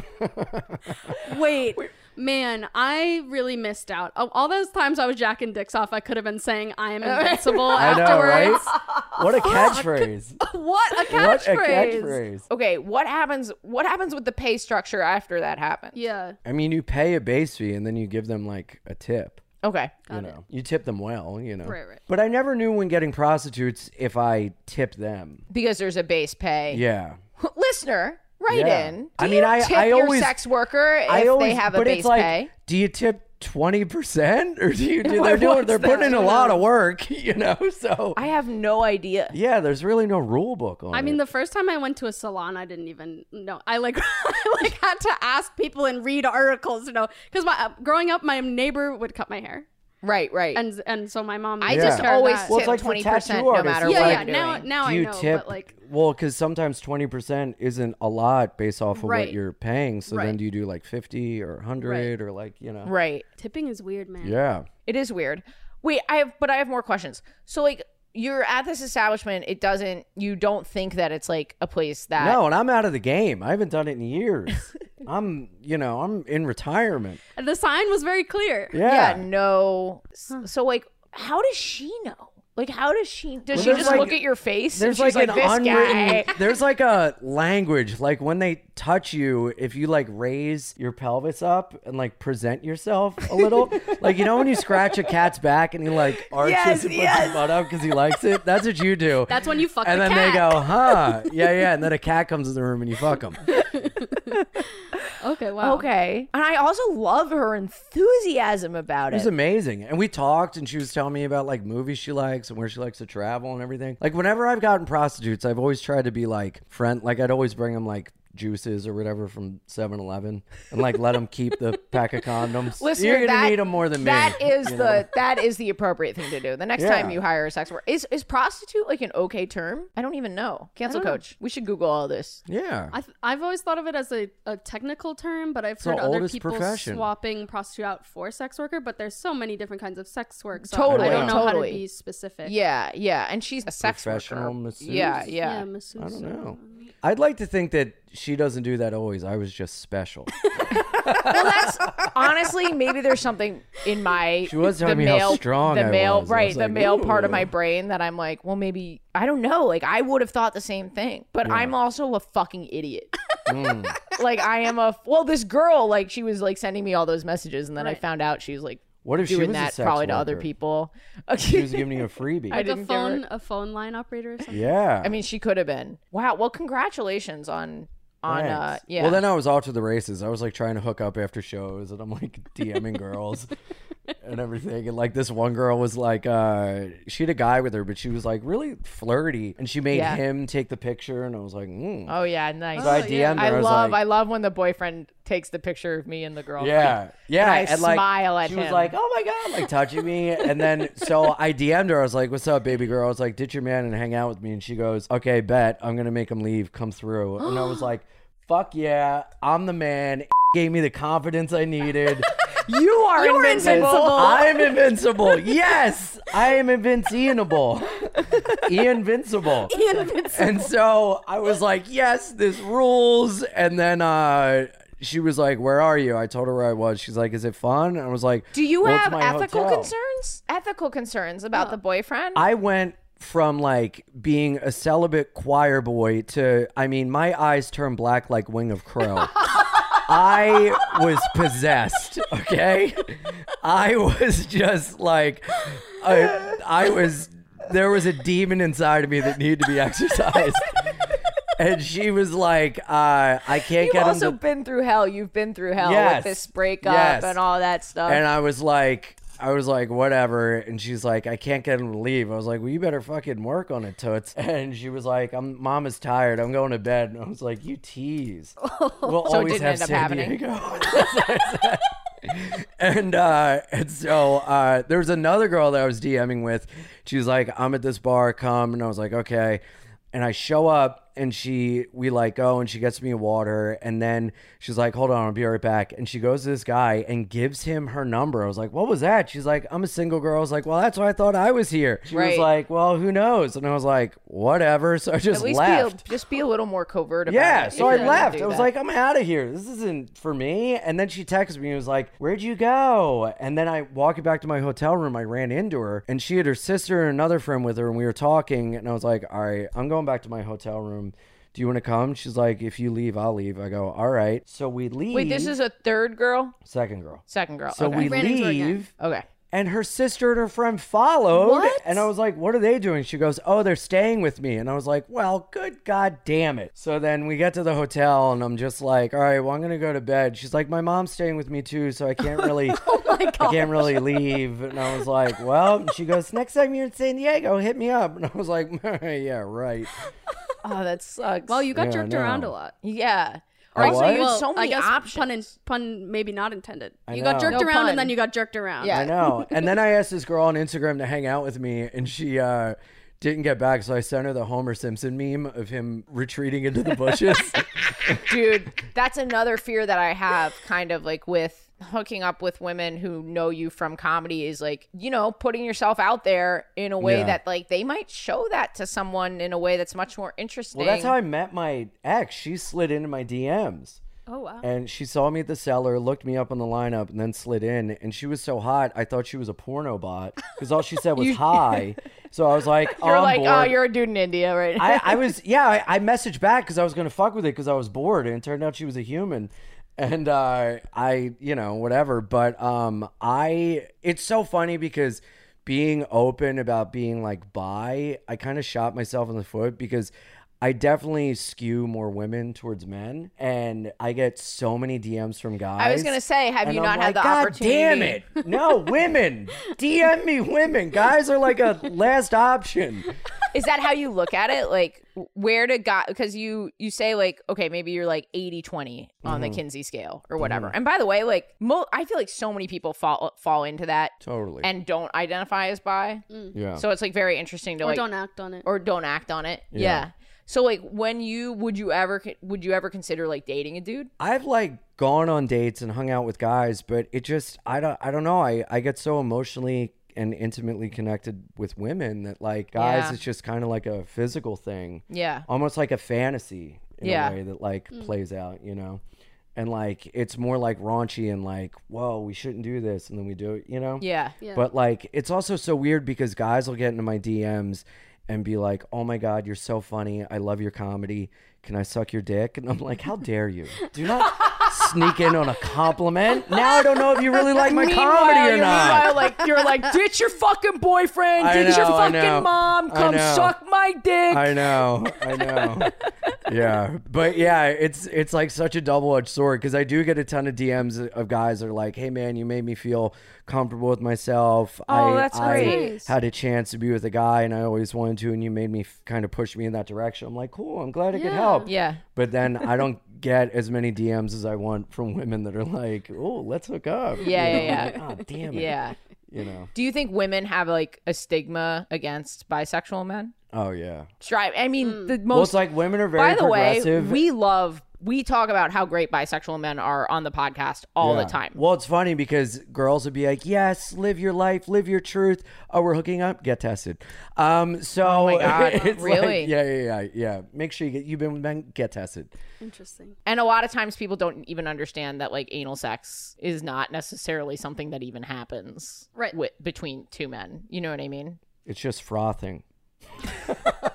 [SPEAKER 4] Wait. Man, I really missed out. Oh, all those times I was jacking dicks off, I could have been saying I am invincible
[SPEAKER 3] I know, right?
[SPEAKER 4] afterwards.
[SPEAKER 3] What a catchphrase.
[SPEAKER 4] What a
[SPEAKER 3] What a
[SPEAKER 4] catchphrase.
[SPEAKER 3] catchphrase.
[SPEAKER 5] Okay, what happens? What happens with the pay structure after that happens?
[SPEAKER 4] Yeah.
[SPEAKER 3] I mean, you pay a base fee and then you give them like a tip.
[SPEAKER 5] Okay.
[SPEAKER 3] you know, you tip them well, you know.
[SPEAKER 4] Right, right.
[SPEAKER 3] But I never knew when getting prostitutes if I tip them.
[SPEAKER 5] Because there's a base pay.
[SPEAKER 3] Yeah.
[SPEAKER 5] Listener, write
[SPEAKER 3] Yeah.
[SPEAKER 5] in. Do
[SPEAKER 3] I mean,
[SPEAKER 5] you
[SPEAKER 3] I-
[SPEAKER 5] tip
[SPEAKER 3] I
[SPEAKER 5] your
[SPEAKER 3] always-
[SPEAKER 5] sex worker if they have a
[SPEAKER 3] but
[SPEAKER 5] base
[SPEAKER 3] it's like,
[SPEAKER 5] pay.
[SPEAKER 3] do you tip twenty percent or do you? Do, they're doing, they're putting in a lot of work, you know. So
[SPEAKER 5] I have no idea.
[SPEAKER 3] yeah, there's really no rule book on.
[SPEAKER 4] I
[SPEAKER 3] it.
[SPEAKER 4] mean, the first time I went to a salon, I didn't even know. I like, I like had to ask people and read articles, you know, because my uh, growing up, my neighbor would cut my hair,
[SPEAKER 5] Right, right.
[SPEAKER 4] and and so my mom.
[SPEAKER 5] I
[SPEAKER 4] took
[SPEAKER 5] just
[SPEAKER 4] care of
[SPEAKER 5] always
[SPEAKER 4] that.
[SPEAKER 3] Well, it's
[SPEAKER 5] tip
[SPEAKER 3] like for
[SPEAKER 5] twenty
[SPEAKER 3] tattoo
[SPEAKER 5] percent no
[SPEAKER 3] artists,
[SPEAKER 5] matter
[SPEAKER 3] it's
[SPEAKER 4] yeah,
[SPEAKER 5] what
[SPEAKER 3] like-
[SPEAKER 4] yeah.
[SPEAKER 5] I'm doing.
[SPEAKER 4] Now, now
[SPEAKER 3] do you
[SPEAKER 4] I know,
[SPEAKER 3] tip?
[SPEAKER 4] but like,
[SPEAKER 3] well, because sometimes twenty percent isn't a lot based off of what
[SPEAKER 4] Right.
[SPEAKER 3] you're paying. So then
[SPEAKER 4] Right.
[SPEAKER 3] do you do like fifty or hundred or like you know?
[SPEAKER 5] right.
[SPEAKER 4] tipping is weird, man.
[SPEAKER 3] Yeah.
[SPEAKER 5] It is weird. Wait, I have but I have more questions. So like you're at this establishment, it doesn't you don't think that it's like a place that
[SPEAKER 3] No, and I'm out of the game. I haven't done it in years. I'm, you know, I'm in retirement.
[SPEAKER 4] The sign was very clear.
[SPEAKER 3] Yeah.
[SPEAKER 5] yeah, no. S- So like how does she know? Like, how does she?
[SPEAKER 3] Well,
[SPEAKER 5] Does she
[SPEAKER 3] there's
[SPEAKER 5] just
[SPEAKER 3] like-
[SPEAKER 5] look at your face?
[SPEAKER 3] There's
[SPEAKER 5] and
[SPEAKER 3] like
[SPEAKER 5] she's like,
[SPEAKER 3] an
[SPEAKER 5] this
[SPEAKER 3] unwritten.
[SPEAKER 5] guy.
[SPEAKER 3] There's like a language. Like when they touch you, if you like raise your pelvis up and like present yourself a little, like you know when you scratch a cat's back and he like arches
[SPEAKER 5] Yes,
[SPEAKER 3] and puts
[SPEAKER 5] yes.
[SPEAKER 3] his butt up because he likes it. That's what you do.
[SPEAKER 4] That's when you fuck
[SPEAKER 3] and
[SPEAKER 4] the
[SPEAKER 3] then
[SPEAKER 4] cat.
[SPEAKER 3] they go, huh? Yeah, yeah. And then a cat comes in the room and you fuck him.
[SPEAKER 4] Okay,
[SPEAKER 3] Oh.
[SPEAKER 4] wow.
[SPEAKER 5] Okay, and I also love her enthusiasm about
[SPEAKER 3] It
[SPEAKER 5] it.
[SPEAKER 3] was amazing. And we talked, and she was telling me about like movies she likes and where she likes to travel and everything. Like, whenever I've gotten prostitutes, I've always tried to be like friend. Like, I'd always bring them like juices or whatever from 7 Eleven and like let them keep the pack of condoms.
[SPEAKER 5] Listener,
[SPEAKER 3] You're going
[SPEAKER 5] that-
[SPEAKER 3] to need them more than me.
[SPEAKER 5] That is
[SPEAKER 3] you know?
[SPEAKER 5] the that is the appropriate thing to do. The next
[SPEAKER 3] Yeah.
[SPEAKER 5] time you hire a sex worker, is is prostitute like an okay term? I don't even know. Cancel coach. We should Google all this.
[SPEAKER 3] Yeah.
[SPEAKER 4] I th- I've always thought of it as a, a technical term, but I've
[SPEAKER 3] the
[SPEAKER 4] heard other
[SPEAKER 3] oldest
[SPEAKER 4] people
[SPEAKER 3] profession.
[SPEAKER 4] swapping prostitute out for sex worker. But there's so many different kinds of sex work. So
[SPEAKER 5] Totally,
[SPEAKER 4] I don't know
[SPEAKER 5] totally.
[SPEAKER 4] how to be specific.
[SPEAKER 5] Yeah, yeah, and she's a sex
[SPEAKER 3] Professional
[SPEAKER 5] worker.
[SPEAKER 3] masseuse?
[SPEAKER 5] Yeah, yeah.
[SPEAKER 4] yeah masseuse.
[SPEAKER 3] I don't know. I'd like to think that she doesn't do that always. I was just special.
[SPEAKER 5] Well, that's honestly maybe there's something in my
[SPEAKER 3] She was
[SPEAKER 5] the
[SPEAKER 3] telling me how
[SPEAKER 5] male
[SPEAKER 3] strong
[SPEAKER 5] the
[SPEAKER 3] I
[SPEAKER 5] male
[SPEAKER 3] was. I
[SPEAKER 5] right
[SPEAKER 3] was
[SPEAKER 5] the
[SPEAKER 3] like,
[SPEAKER 5] male part of
[SPEAKER 3] ooh.
[SPEAKER 5] my brain that I'm like, well, maybe I don't know. Like I would have thought the same thing, but I'm also a fucking idiot.
[SPEAKER 3] Mm.
[SPEAKER 5] like I am a well, this girl like she was like sending me all those messages, and then I found out she was like
[SPEAKER 3] What if she
[SPEAKER 5] doing
[SPEAKER 3] was a
[SPEAKER 5] that
[SPEAKER 3] sex
[SPEAKER 5] probably to other
[SPEAKER 3] worker?
[SPEAKER 5] people.
[SPEAKER 3] She was giving you a freebie.
[SPEAKER 5] I
[SPEAKER 4] Like a
[SPEAKER 5] didn't give her-
[SPEAKER 4] phone, a phone line operator or something.
[SPEAKER 3] yeah.
[SPEAKER 5] I mean, she could have been. Wow. Well, congratulations on on uh
[SPEAKER 3] Thanks.
[SPEAKER 5] yeah.
[SPEAKER 3] Well, then I was off to the races. I was like trying to hook up after shows, and I'm like DMing girls and everything. And like this one girl was like, uh, she had a guy with her, but she was like really flirty, and she made
[SPEAKER 5] Yeah.
[SPEAKER 3] him take the picture, and I was like, mm.
[SPEAKER 5] oh yeah, nice.
[SPEAKER 3] so I DM'd her.
[SPEAKER 5] I
[SPEAKER 3] was
[SPEAKER 5] love
[SPEAKER 3] like,
[SPEAKER 5] I love when the boyfriend takes the picture of me and the girl.
[SPEAKER 3] yeah, yeah.
[SPEAKER 5] I
[SPEAKER 3] like,
[SPEAKER 5] smile at
[SPEAKER 3] she
[SPEAKER 5] him.
[SPEAKER 3] was like, "Oh my god!" Like touching me, and then so I DM'd her. I was like, "What's up, baby girl?" I was like, "Ditch your man and hang out with me." And she goes, "Okay, bet I'm gonna make him leave. Come through." And I was like, "Fuck yeah, I'm the man." Gave me the confidence I needed.
[SPEAKER 5] You are
[SPEAKER 3] I am invincible. Yes, I am invincible. invincible. And so I was like, yes, this rules. And then uh, she was like, where are you? I told her where I was. She's like, is it fun? And I was like,
[SPEAKER 5] Do you
[SPEAKER 3] "Well, it's
[SPEAKER 5] have
[SPEAKER 3] my
[SPEAKER 5] ethical
[SPEAKER 3] hotel."
[SPEAKER 5] concerns? Ethical concerns about the boyfriend?
[SPEAKER 3] I went from like being a celibate choir boy to, I mean, my eyes turned black like wing of crow. I was possessed, okay? I was just like, I, I was, there was a demon inside of me that needed to be exercised. And she was like, uh, I can't
[SPEAKER 5] You've
[SPEAKER 3] get him
[SPEAKER 5] also
[SPEAKER 3] to
[SPEAKER 5] been through hell. You've been through hell
[SPEAKER 3] Yes.
[SPEAKER 5] with this breakup
[SPEAKER 3] Yes.
[SPEAKER 5] and all that stuff.
[SPEAKER 3] And I was like, I was like, whatever. And she's like, I can't get him to leave. I was like, well, you better fucking work on it, toots. And she was like, I'm mom is tired. I'm going to bed. And I was like, you tease. We'll
[SPEAKER 5] So it
[SPEAKER 3] always
[SPEAKER 5] didn't
[SPEAKER 3] have
[SPEAKER 5] end up
[SPEAKER 3] San
[SPEAKER 5] happening.
[SPEAKER 3] Diego. and uh, and so uh, there was another girl that I was DMing with. She was like, "I'm at this bar, come," and I was like, "Okay." And I show up, and she we like go, and she gets me water, and then she's like, "Hold on, I'll be right back." And she goes to this guy and gives him her number. I was like, "What was that?" She's like, "I'm a single girl." I was like, "Well, that's why I thought I was here." She was
[SPEAKER 5] Right.
[SPEAKER 3] like, "Well, who knows?" And I was like, "Whatever." So I just
[SPEAKER 5] At least
[SPEAKER 3] left.
[SPEAKER 5] be a, just be a little more covert about it.
[SPEAKER 3] Yeah,
[SPEAKER 5] if
[SPEAKER 3] so
[SPEAKER 5] you're
[SPEAKER 3] I
[SPEAKER 5] gonna
[SPEAKER 3] left.
[SPEAKER 5] do
[SPEAKER 3] I was
[SPEAKER 5] that.
[SPEAKER 3] like, I'm out of here. This isn't for me. And then she texted me and was like, Where'd you go? And then I walking back to my hotel room, I ran into her and she had her sister and another friend with her and we were talking and I was like, All right, I'm going back to my hotel room. Do you want to come? She's like, If you leave, I'll leave. I go, All right. So we leave
[SPEAKER 5] Wait, this is a third girl?
[SPEAKER 3] second girl.
[SPEAKER 5] Second girl.
[SPEAKER 3] So
[SPEAKER 5] okay.
[SPEAKER 3] we
[SPEAKER 4] Ran into her again.
[SPEAKER 3] leave
[SPEAKER 5] Okay.
[SPEAKER 3] and her sister and her friend followed.
[SPEAKER 4] What?
[SPEAKER 3] And I was like, what are they doing? She goes, oh, they're staying with me. And I was like, well, good God damn it. So then we get to the hotel and I'm just like, all right, well, I'm going to go to bed. She's like, my mom's staying with me too. So I can't really, I can't really leave. And I was like, well, and she goes, next time you're in San Diego, hit me up. And I was like, yeah, right.
[SPEAKER 5] Oh, that sucks.
[SPEAKER 4] Well, you got
[SPEAKER 3] Yeah, I
[SPEAKER 4] jerked around
[SPEAKER 3] know.
[SPEAKER 4] a lot.
[SPEAKER 5] yeah.
[SPEAKER 3] I
[SPEAKER 5] Also,
[SPEAKER 3] what?
[SPEAKER 5] you had so
[SPEAKER 4] Well,
[SPEAKER 5] many
[SPEAKER 4] I guess
[SPEAKER 5] options.
[SPEAKER 4] Pun, in, pun maybe not intended.
[SPEAKER 3] I
[SPEAKER 4] you
[SPEAKER 3] know.
[SPEAKER 4] got jerked
[SPEAKER 5] No
[SPEAKER 4] around
[SPEAKER 5] pun.
[SPEAKER 4] and then you got jerked around.
[SPEAKER 5] Yeah.
[SPEAKER 3] I know. And then I asked this girl on Instagram to hang out with me, and she uh, didn't get back. So I sent her the Homer Simpson meme of him retreating into the bushes.
[SPEAKER 5] dude that's another fear that i have kind of like with hooking up with women who know you from comedy is like you know putting yourself out there in a way
[SPEAKER 3] Yeah.
[SPEAKER 5] that like they might show that to someone in a way that's much more interesting
[SPEAKER 3] Well, that's how I met my ex. She slid into my DMs.
[SPEAKER 4] Oh wow.
[SPEAKER 3] And she saw me at the cellar, looked me up on the lineup, and then slid in. And she was so hot, I thought she was a porno bot because all she said was hi. So I was like,
[SPEAKER 5] You're
[SPEAKER 3] on
[SPEAKER 5] like,
[SPEAKER 3] board.
[SPEAKER 5] oh, you're a dude in India, right?
[SPEAKER 3] I, I was, yeah, I, I messaged back because I was going to fuck with it because I was bored. And it turned out she was a human. And uh, I, you know, whatever. But um, I, it's so funny because being open about being like bi, I kind of shot myself in the foot because I definitely skew more women towards men. And I get so many DMs from guys.
[SPEAKER 5] I was gonna say, have
[SPEAKER 3] And
[SPEAKER 5] you
[SPEAKER 3] I'm
[SPEAKER 5] not had the
[SPEAKER 3] like, God
[SPEAKER 5] opportunity?
[SPEAKER 3] damn it. No, women. DM me women. Guys are like a last option.
[SPEAKER 5] Is that how you look at it? Like where to go because you you say like okay, maybe you're like 80-20
[SPEAKER 3] Mm-hmm.
[SPEAKER 5] on the Kinsey scale or whatever. And by the way, like mo- I feel like so many people fall fall into that
[SPEAKER 3] Totally.
[SPEAKER 5] and don't identify as bi.
[SPEAKER 3] yeah.
[SPEAKER 5] So it's like very interesting to
[SPEAKER 4] Mm. Or
[SPEAKER 5] like
[SPEAKER 4] don't act on it.
[SPEAKER 5] or don't act on it. Yeah. So like when you would you ever con- would you ever consider like dating a dude?
[SPEAKER 3] I've like gone on dates and hung out with guys, but it just I don't I don't know. I I get so emotionally and intimately connected with women that like guys
[SPEAKER 5] Yeah.
[SPEAKER 3] it's just kind of like a physical thing.
[SPEAKER 5] Yeah.
[SPEAKER 3] Almost like a fantasy in
[SPEAKER 5] Yeah. Mm.
[SPEAKER 3] a way that like plays out, you know. And like it's more like raunchy and like, whoa, we shouldn't do this and then we do it, you know?
[SPEAKER 5] Yeah.
[SPEAKER 3] But like, it's also so weird because guys will get into my DMs and be like, "Oh my god, you're so funny. I love your comedy. Can I suck your dick?" And I'm like, "How dare you? Do not sneak in on a compliment. Now I don't know if you really like my comedy or
[SPEAKER 5] you're- meanwhile,
[SPEAKER 3] not."
[SPEAKER 5] like you're like, ditch your fucking boyfriend,
[SPEAKER 3] I
[SPEAKER 5] ditch your
[SPEAKER 3] know, I know.
[SPEAKER 5] fucking mom,
[SPEAKER 3] I
[SPEAKER 5] come
[SPEAKER 3] know.
[SPEAKER 5] suck my dick.
[SPEAKER 3] I know, I know. Yeah, but yeah, it's it's like such a double edged sword because I do get a ton of DMs of guys that are like, "Hey man, you made me feel comfortable with myself. I,
[SPEAKER 5] Oh, that's
[SPEAKER 3] I
[SPEAKER 5] great.
[SPEAKER 4] Nice.
[SPEAKER 3] had a chance to be with a guy, and I always wanted to, and you made me kind of push me in that direction. I'm like, cool. I'm glad I could help.
[SPEAKER 5] Yeah.
[SPEAKER 3] But then I don't get as many DMs as I want from women that are like, oh, let's hook up.
[SPEAKER 5] Yeah,
[SPEAKER 3] You know,
[SPEAKER 5] yeah,
[SPEAKER 3] I'm
[SPEAKER 5] yeah.
[SPEAKER 3] Like, oh, damn it.
[SPEAKER 5] Yeah.
[SPEAKER 3] You know.
[SPEAKER 5] Do you think women have like a stigma against bisexual men? Mm.
[SPEAKER 3] Oh yeah.
[SPEAKER 5] Strive. I mean, the
[SPEAKER 3] Well, it's
[SPEAKER 5] most.
[SPEAKER 3] like women are very
[SPEAKER 5] by the way,
[SPEAKER 3] progressive.
[SPEAKER 5] we love. We talk about how great bisexual men are on the podcast all
[SPEAKER 3] Yeah.
[SPEAKER 5] the time.
[SPEAKER 3] Well, it's funny because girls would be like, "Yes, live your life, live your truth." Oh, we're hooking up. Get tested. Um, so oh
[SPEAKER 5] my God. Really?
[SPEAKER 3] yeah, yeah, yeah, yeah. Make sure you get. You've been with men. Get tested.
[SPEAKER 4] Interesting.
[SPEAKER 5] and a lot of times people don't even understand that like anal sex is not necessarily something that even happens
[SPEAKER 4] Right.
[SPEAKER 5] with, between two men. You know what I mean?
[SPEAKER 3] It's just frothing.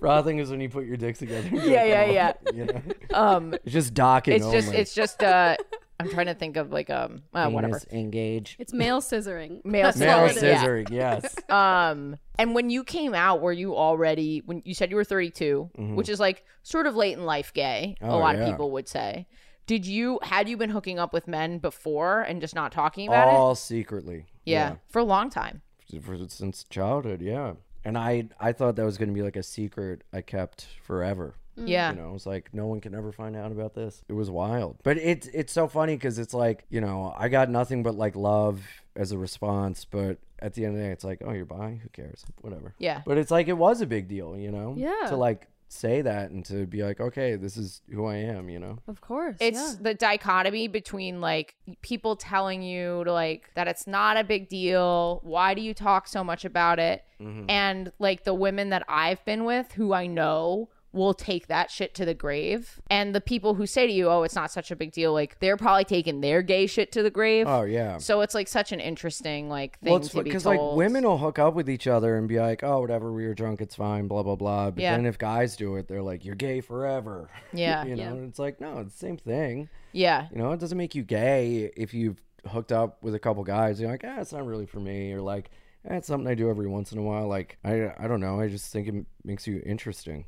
[SPEAKER 3] frothing is when you put your dicks together.
[SPEAKER 5] Yeah, yeah, yeah.
[SPEAKER 3] You know?
[SPEAKER 5] Um,
[SPEAKER 3] It's just docking.
[SPEAKER 5] it's just
[SPEAKER 3] only.
[SPEAKER 5] it's just uh i'm trying to think of like um uh, whatever
[SPEAKER 3] Penis engage.
[SPEAKER 4] It's male scissoring.
[SPEAKER 5] Male
[SPEAKER 4] That's
[SPEAKER 3] Male
[SPEAKER 4] all it is.
[SPEAKER 5] scissor.
[SPEAKER 3] scissoring. Yes.
[SPEAKER 5] um and when you came out were you already when you said you were 32 which is like sort of late in life gay a
[SPEAKER 3] Mm-hmm. Oh,
[SPEAKER 5] lot
[SPEAKER 3] yeah.
[SPEAKER 5] of people would say did you had you been hooking up with men before and just not talking about it
[SPEAKER 3] All secretly.
[SPEAKER 5] yeah, for a long time
[SPEAKER 3] For- since childhood. Yeah. And I I thought that was going to be like a secret I kept forever.
[SPEAKER 5] yeah
[SPEAKER 3] You know, it's like no one can ever find out about this. It was wild, but it's it's so funny because it's like you know I got nothing but like love as a response, but at the end of the day, it's like oh you're bi, who cares, whatever.
[SPEAKER 5] Yeah.
[SPEAKER 3] But it's like it was a big deal, you know.
[SPEAKER 4] Yeah.
[SPEAKER 3] To like say that and to be like okay, this is who I am, you know.
[SPEAKER 4] Of course.
[SPEAKER 5] it's
[SPEAKER 4] yeah.
[SPEAKER 5] the dichotomy between like people telling you to like that it's not a big deal why do you talk so much about it
[SPEAKER 3] Mm-hmm.
[SPEAKER 5] and like the women that i've been with who i know will take that shit to the grave and the people who say to you oh it's not such a big deal like they're probably taking their gay shit to the grave
[SPEAKER 3] Oh yeah.
[SPEAKER 5] so it's like such an interesting like thing
[SPEAKER 3] Well, it's
[SPEAKER 5] to be
[SPEAKER 3] because
[SPEAKER 5] told
[SPEAKER 3] like women will hook up with each other and be like, "Oh, whatever, we were drunk, it's fine," blah blah blah. But
[SPEAKER 5] Yeah.
[SPEAKER 3] then if guys do it, they're like, "You're gay forever."
[SPEAKER 5] Yeah.
[SPEAKER 3] you know, and it's like, no, it's the same thing.
[SPEAKER 5] yeah
[SPEAKER 3] You know, it doesn't make you gay if you've hooked up with a couple guys. You're like, ah, it's not really for me, or like, eh, it's something I do every once in a while. Like, I, I don't know. I just think it m- makes you interesting.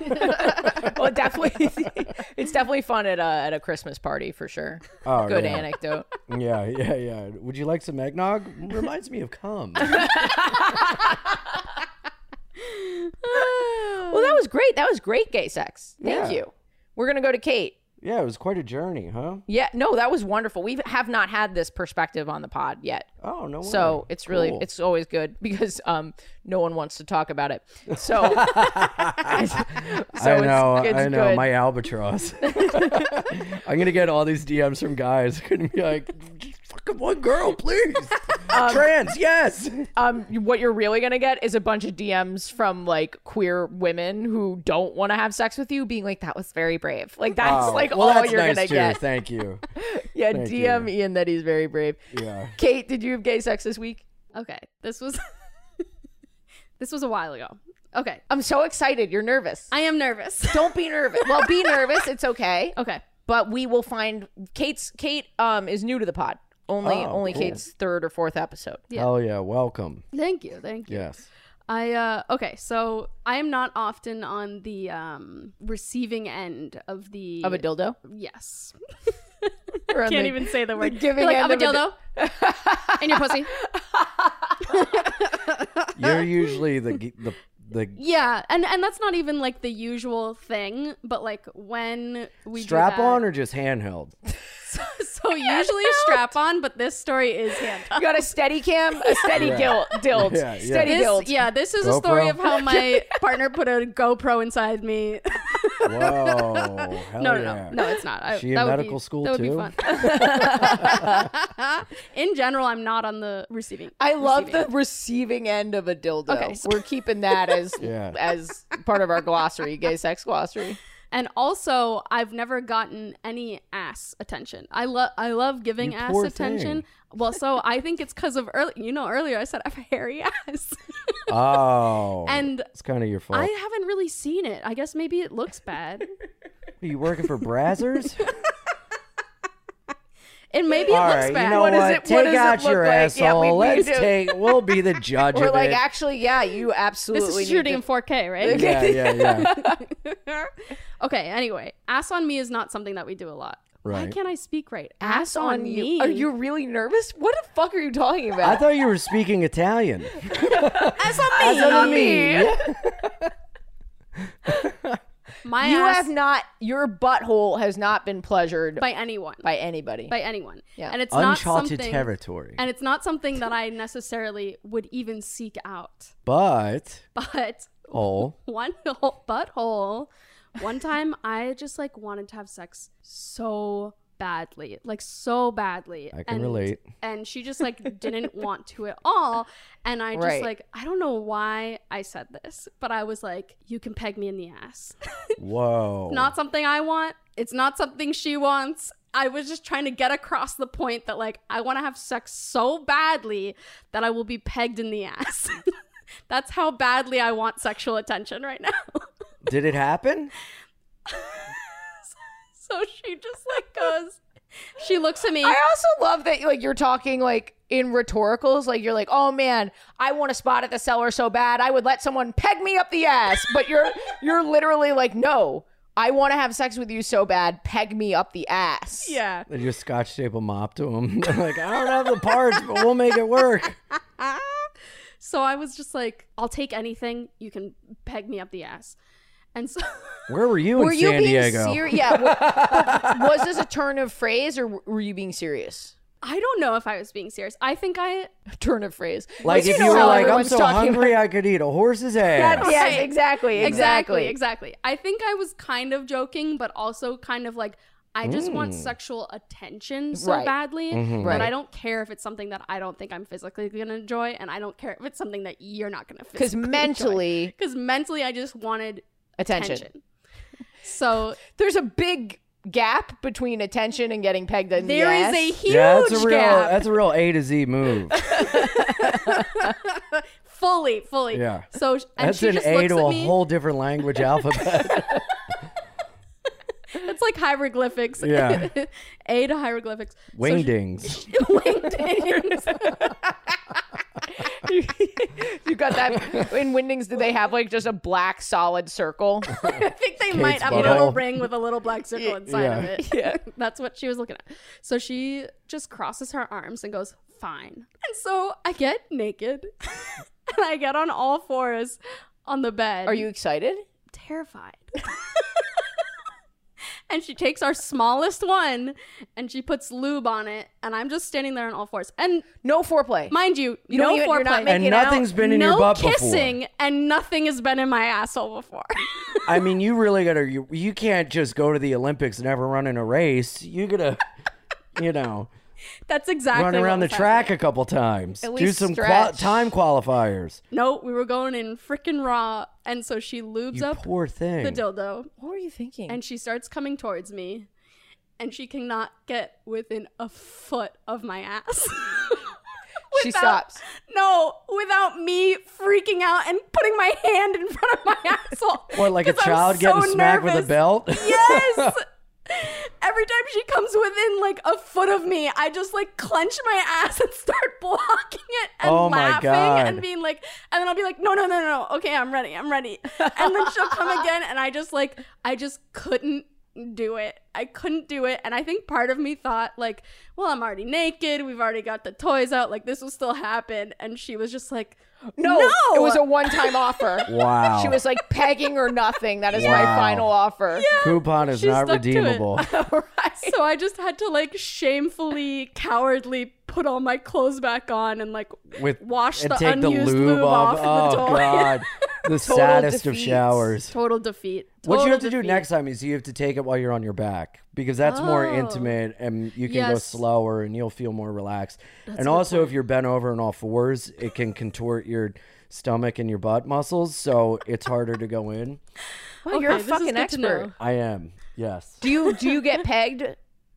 [SPEAKER 5] well Oh, definitely it's definitely fun at a at a christmas party for sure
[SPEAKER 3] Oh,
[SPEAKER 5] good
[SPEAKER 3] yeah.
[SPEAKER 5] anecdote
[SPEAKER 3] yeah, yeah, yeah. Would you like some eggnog? Reminds me of cum.
[SPEAKER 5] Well, that was great. That was great gay sex. Thank
[SPEAKER 3] Yeah.
[SPEAKER 5] you. We're going to go to Kate.
[SPEAKER 3] yeah, it was quite a journey, huh?
[SPEAKER 5] Yeah, no, that was wonderful. We have not had this perspective on the pod yet.
[SPEAKER 3] Oh no.
[SPEAKER 5] So
[SPEAKER 3] way.
[SPEAKER 5] it's really
[SPEAKER 3] Cool.
[SPEAKER 5] it's always good because um no one wants to talk about it. So, so
[SPEAKER 3] I know,
[SPEAKER 5] it's, it's
[SPEAKER 3] I know,
[SPEAKER 5] good.
[SPEAKER 3] my albatross. I'm gonna get all these DMs from guys. Gonna be like, just fucking one girl, please. Trans, yes.
[SPEAKER 5] um, what you're really gonna get is a bunch of DMs from like queer women who don't want to have sex with you, being like, "That was very brave." Like that's
[SPEAKER 3] Oh,
[SPEAKER 5] like
[SPEAKER 3] well,
[SPEAKER 5] all
[SPEAKER 3] that's
[SPEAKER 5] you're
[SPEAKER 3] nice
[SPEAKER 5] gonna
[SPEAKER 3] too.
[SPEAKER 5] get.
[SPEAKER 3] Thank you.
[SPEAKER 5] Yeah,
[SPEAKER 3] Thank
[SPEAKER 5] DM Ian that he's very brave.
[SPEAKER 3] Yeah.
[SPEAKER 5] Kate, did you have gay sex this week?
[SPEAKER 4] Okay, this was this was a while ago. Okay,
[SPEAKER 5] I'm so excited. You're nervous.
[SPEAKER 4] I am nervous.
[SPEAKER 5] Don't be nervous. Well, be nervous. It's okay.
[SPEAKER 4] Okay,
[SPEAKER 5] But we will find Kate's Kate um is new to the pod. Only
[SPEAKER 3] Oh,
[SPEAKER 5] only
[SPEAKER 3] cool.
[SPEAKER 5] Kate's third or fourth episode.
[SPEAKER 4] Yeah.
[SPEAKER 3] Hell yeah. Welcome.
[SPEAKER 4] thank you, thank you.
[SPEAKER 3] Yes.
[SPEAKER 4] I uh okay, so I am not often on the um receiving end of the
[SPEAKER 5] Of a dildo.
[SPEAKER 4] Yes,
[SPEAKER 5] Or on
[SPEAKER 4] can't
[SPEAKER 5] the-
[SPEAKER 4] even say the word.
[SPEAKER 5] giving
[SPEAKER 4] You're like,
[SPEAKER 5] end
[SPEAKER 4] of a
[SPEAKER 5] of a
[SPEAKER 4] dildo in your pussy.
[SPEAKER 3] You're usually the g- the the
[SPEAKER 4] Yeah, and and that's not even like the usual thing, but like when we do
[SPEAKER 3] strap
[SPEAKER 4] that-
[SPEAKER 3] on or just handheld.
[SPEAKER 4] so usually strap on, but this story is hand.
[SPEAKER 5] You got a steady cam, a steady
[SPEAKER 3] Yeah.
[SPEAKER 5] guilt, dilt,
[SPEAKER 3] Yeah, yeah.
[SPEAKER 5] steady
[SPEAKER 4] This,
[SPEAKER 5] guilt.
[SPEAKER 4] yeah, this is a story
[SPEAKER 3] GoPro?
[SPEAKER 4] of how my partner put a GoPro inside me.
[SPEAKER 3] Whoa. Hell
[SPEAKER 4] no, no,
[SPEAKER 3] Oh, yeah.
[SPEAKER 4] no, no, it's not. I,
[SPEAKER 3] She in
[SPEAKER 4] that would
[SPEAKER 3] medical
[SPEAKER 4] be,
[SPEAKER 3] school
[SPEAKER 4] that would Be
[SPEAKER 3] too?
[SPEAKER 4] fun. in general, I'm not on the receiving.
[SPEAKER 5] I love
[SPEAKER 4] receiving
[SPEAKER 5] the receiving end of a dildo.
[SPEAKER 4] Okay, so-
[SPEAKER 5] We're keeping that as
[SPEAKER 3] Yeah.
[SPEAKER 5] as part of our glossary, gay sex glossary.
[SPEAKER 4] And also, I've never gotten any ass attention. I love I love giving
[SPEAKER 3] You
[SPEAKER 4] ass
[SPEAKER 3] poor
[SPEAKER 4] attention.
[SPEAKER 3] thing.
[SPEAKER 4] Well, so I think it's because of early. You know, earlier I said I have a hairy ass,
[SPEAKER 3] Oh.
[SPEAKER 4] and
[SPEAKER 3] it's kind of your fault.
[SPEAKER 4] I haven't really seen it. I guess maybe it looks bad,
[SPEAKER 3] Are you working for Brazzers?
[SPEAKER 4] and maybe
[SPEAKER 3] All
[SPEAKER 4] it looks
[SPEAKER 3] right,
[SPEAKER 4] bad.
[SPEAKER 3] you know
[SPEAKER 5] What
[SPEAKER 3] what?
[SPEAKER 5] does it- what
[SPEAKER 3] take
[SPEAKER 5] does it
[SPEAKER 3] out
[SPEAKER 5] look
[SPEAKER 3] your
[SPEAKER 5] like? Yeah,
[SPEAKER 3] asshole.
[SPEAKER 5] we need
[SPEAKER 3] Let's
[SPEAKER 5] to-
[SPEAKER 3] take. We'll be the judge
[SPEAKER 5] We're
[SPEAKER 3] of
[SPEAKER 5] like,
[SPEAKER 3] it.
[SPEAKER 5] actually, yeah, you absolutely.
[SPEAKER 4] this is
[SPEAKER 5] need
[SPEAKER 4] shooting
[SPEAKER 5] to-
[SPEAKER 4] in 4K, right?
[SPEAKER 3] yeah, yeah, yeah.
[SPEAKER 4] okay. Anyway, ass on me is not something that we do a lot. Why
[SPEAKER 3] Right.
[SPEAKER 4] can't I speak right? Ass, on,
[SPEAKER 5] you.
[SPEAKER 4] me.
[SPEAKER 5] Are you really nervous? What the fuck are you talking
[SPEAKER 3] I
[SPEAKER 5] about?
[SPEAKER 3] thought you were speaking Italian.
[SPEAKER 4] ass on me?
[SPEAKER 3] That's what I mean.
[SPEAKER 4] My
[SPEAKER 5] you
[SPEAKER 4] ass
[SPEAKER 5] have not. Your butthole has not been pleasured by,
[SPEAKER 4] by anyone.
[SPEAKER 5] anybody.
[SPEAKER 4] by anyone.
[SPEAKER 5] Yeah.
[SPEAKER 4] And it's not
[SPEAKER 3] Uncharted
[SPEAKER 4] something
[SPEAKER 3] territory.
[SPEAKER 4] and it's not something that I necessarily would even seek out.
[SPEAKER 3] But
[SPEAKER 4] But
[SPEAKER 3] oh,
[SPEAKER 4] one whole butthole. One time I just like wanted to have sex so badly. Like so badly.
[SPEAKER 3] I can relate.
[SPEAKER 4] And she just like didn't want to at all. And I just
[SPEAKER 5] Right.
[SPEAKER 4] like I don't know why I said this, but I was like, You can peg me in the ass.
[SPEAKER 3] whoa.
[SPEAKER 4] not something I want. It's not something she wants. I was just trying to get across the point that like I want to have sex so badly that I will be pegged in the ass. That's how badly I want sexual attention right now.
[SPEAKER 3] Did it happen?
[SPEAKER 4] so she just like goes she looks at me
[SPEAKER 5] I also love that like you're talking like in rhetoricals, like you're like, oh man, I want a spot at the cellar so bad, I would let someone peg me up the ass. But you're you're literally like, no, I want to have sex with you so bad, peg me up the ass.
[SPEAKER 4] yeah.
[SPEAKER 3] They just scotch tape a mop to him. They're like, I don't have the parts, but we'll make it work.
[SPEAKER 4] So I was just like I'll take anything. You can peg me up the ass. And so
[SPEAKER 3] Where were you
[SPEAKER 5] Were
[SPEAKER 3] in
[SPEAKER 5] you
[SPEAKER 3] San
[SPEAKER 5] being
[SPEAKER 3] Diego?
[SPEAKER 5] serious? Yeah. wa- was this a turn of phrase, or were you being serious?
[SPEAKER 4] I don't know if I was being serious. I think I
[SPEAKER 5] Turn of phrase.
[SPEAKER 3] Like
[SPEAKER 5] Because
[SPEAKER 3] if
[SPEAKER 5] know
[SPEAKER 3] you were
[SPEAKER 5] how
[SPEAKER 3] like, I'm
[SPEAKER 5] everyone's
[SPEAKER 3] so
[SPEAKER 5] talking
[SPEAKER 3] hungry
[SPEAKER 5] about-
[SPEAKER 3] I could eat a horse's ass.
[SPEAKER 5] Yes,
[SPEAKER 4] Right.
[SPEAKER 5] exactly, exactly,
[SPEAKER 4] exactly. I think I was kind of joking, but also kind of like, I just want sexual attention so
[SPEAKER 5] Mm. Right. Mm-hmm.
[SPEAKER 4] badly,
[SPEAKER 3] Mhm.
[SPEAKER 4] but
[SPEAKER 5] Right.
[SPEAKER 4] I don't care if it's something that I don't think I'm physically gonna enjoy, and I don't care if it's something that you're not gonna
[SPEAKER 5] Because
[SPEAKER 4] physically
[SPEAKER 5] mentally,
[SPEAKER 4] because mentally, I just wanted
[SPEAKER 5] attention.
[SPEAKER 4] attention. So
[SPEAKER 5] There's a big gap between attention and getting pegged in
[SPEAKER 4] there
[SPEAKER 5] the
[SPEAKER 4] is
[SPEAKER 5] ass.
[SPEAKER 4] a huge
[SPEAKER 3] yeah, that's a real
[SPEAKER 4] gap.
[SPEAKER 3] that's a real A to Z move.
[SPEAKER 4] fully, fully.
[SPEAKER 3] Yeah.
[SPEAKER 4] So and
[SPEAKER 3] That's
[SPEAKER 4] she
[SPEAKER 3] an
[SPEAKER 4] just
[SPEAKER 3] A
[SPEAKER 4] looks
[SPEAKER 3] to
[SPEAKER 4] at
[SPEAKER 3] a
[SPEAKER 4] me.
[SPEAKER 3] whole different language alphabet.
[SPEAKER 4] It's like hieroglyphics.
[SPEAKER 3] Yeah.
[SPEAKER 4] a to hieroglyphics. So she-
[SPEAKER 3] Wingdings.
[SPEAKER 4] wingdings.
[SPEAKER 5] you got that in Windings? Do they have like just a black solid circle?
[SPEAKER 4] I think they might have a
[SPEAKER 3] butthole.
[SPEAKER 4] little ring with a little black circle inside of
[SPEAKER 3] yeah.
[SPEAKER 4] it. Yeah. That's what she was looking at. So she just crosses her arms and goes, fine. And so I get naked and I get on all fours on the bed.
[SPEAKER 5] Are you excited?
[SPEAKER 4] terrified? and she takes our smallest one and she puts lube on it. And I'm just standing there on all fours. And
[SPEAKER 5] No foreplay.
[SPEAKER 4] mind you,
[SPEAKER 5] You
[SPEAKER 4] no
[SPEAKER 5] don't even- you're not
[SPEAKER 4] foreplay.
[SPEAKER 5] making
[SPEAKER 3] And nothing's been in
[SPEAKER 4] no
[SPEAKER 3] your butt
[SPEAKER 4] kissing
[SPEAKER 3] before.
[SPEAKER 4] and nothing has been in my asshole before.
[SPEAKER 3] I mean, you really gotta you, you can't just go to the Olympics and never run in a race. You gotta you know
[SPEAKER 4] That's exactly
[SPEAKER 3] Run around the
[SPEAKER 4] what was
[SPEAKER 3] track
[SPEAKER 4] happening.
[SPEAKER 3] a couple times.
[SPEAKER 5] At
[SPEAKER 3] Do
[SPEAKER 5] least
[SPEAKER 3] some qua-
[SPEAKER 5] stretch.
[SPEAKER 3] time qualifiers.
[SPEAKER 4] No, we were going in freaking raw, and so she lubes
[SPEAKER 3] You
[SPEAKER 4] up
[SPEAKER 3] poor thing.
[SPEAKER 4] the dildo,
[SPEAKER 5] What were you thinking?
[SPEAKER 4] and she starts coming towards me, and she cannot get within a foot of my ass.
[SPEAKER 5] she
[SPEAKER 4] Without-
[SPEAKER 5] stops.
[SPEAKER 4] No, without me freaking out and putting my hand in front of my asshole.
[SPEAKER 3] What, like a
[SPEAKER 4] 'cause I'm
[SPEAKER 3] child
[SPEAKER 4] so
[SPEAKER 3] getting smacked with a
[SPEAKER 4] nervous.
[SPEAKER 3] belt?
[SPEAKER 4] Yes. Every time she comes within like a foot of me, I just like clench my ass and start blocking it and
[SPEAKER 3] Oh my
[SPEAKER 4] laughing
[SPEAKER 3] God.
[SPEAKER 4] and being like, and then I'll be like, no, no, no, no, no. okay, I'm ready, I'm ready. And then she'll come again, and I just like, I just couldn't do it. I couldn't do it. And I think part of me thought, like, well, I'm already naked. We've already got the toys out. Like, this will still happen. And she was just like,
[SPEAKER 5] No,
[SPEAKER 4] No!
[SPEAKER 5] it was a one-time offer.
[SPEAKER 3] Wow.
[SPEAKER 5] She was like pegging or nothing. That is my
[SPEAKER 3] Wow.
[SPEAKER 5] final offer.
[SPEAKER 3] Coupon is
[SPEAKER 4] She
[SPEAKER 3] not
[SPEAKER 4] stuck to it.
[SPEAKER 3] redeemable.
[SPEAKER 4] so I just had to like shamefully, cowardly put all my clothes back on and like
[SPEAKER 3] With
[SPEAKER 4] wash
[SPEAKER 3] and
[SPEAKER 4] the
[SPEAKER 3] take the
[SPEAKER 4] unused
[SPEAKER 3] lube,
[SPEAKER 4] lube
[SPEAKER 3] off.
[SPEAKER 4] off, in the
[SPEAKER 3] Oh
[SPEAKER 4] toilet.
[SPEAKER 3] God, the saddest of
[SPEAKER 5] defeat.
[SPEAKER 3] showers.
[SPEAKER 4] Total defeat.
[SPEAKER 3] What you
[SPEAKER 4] Total
[SPEAKER 3] have to do
[SPEAKER 4] defeat.
[SPEAKER 3] next time is you have to take it while you're on your back because that's more
[SPEAKER 4] Oh.
[SPEAKER 3] intimate and you can go
[SPEAKER 4] Yes.
[SPEAKER 3] slower and you'll feel more relaxed. and also, if you're bent over on all fours, it can contort your stomach and your butt muscles, so it's harder to go in.
[SPEAKER 5] Wow, you're a
[SPEAKER 4] Okay, this is
[SPEAKER 5] fucking
[SPEAKER 4] good to
[SPEAKER 5] expert.
[SPEAKER 4] know.
[SPEAKER 3] I am yes.
[SPEAKER 5] Do you do you get pegged,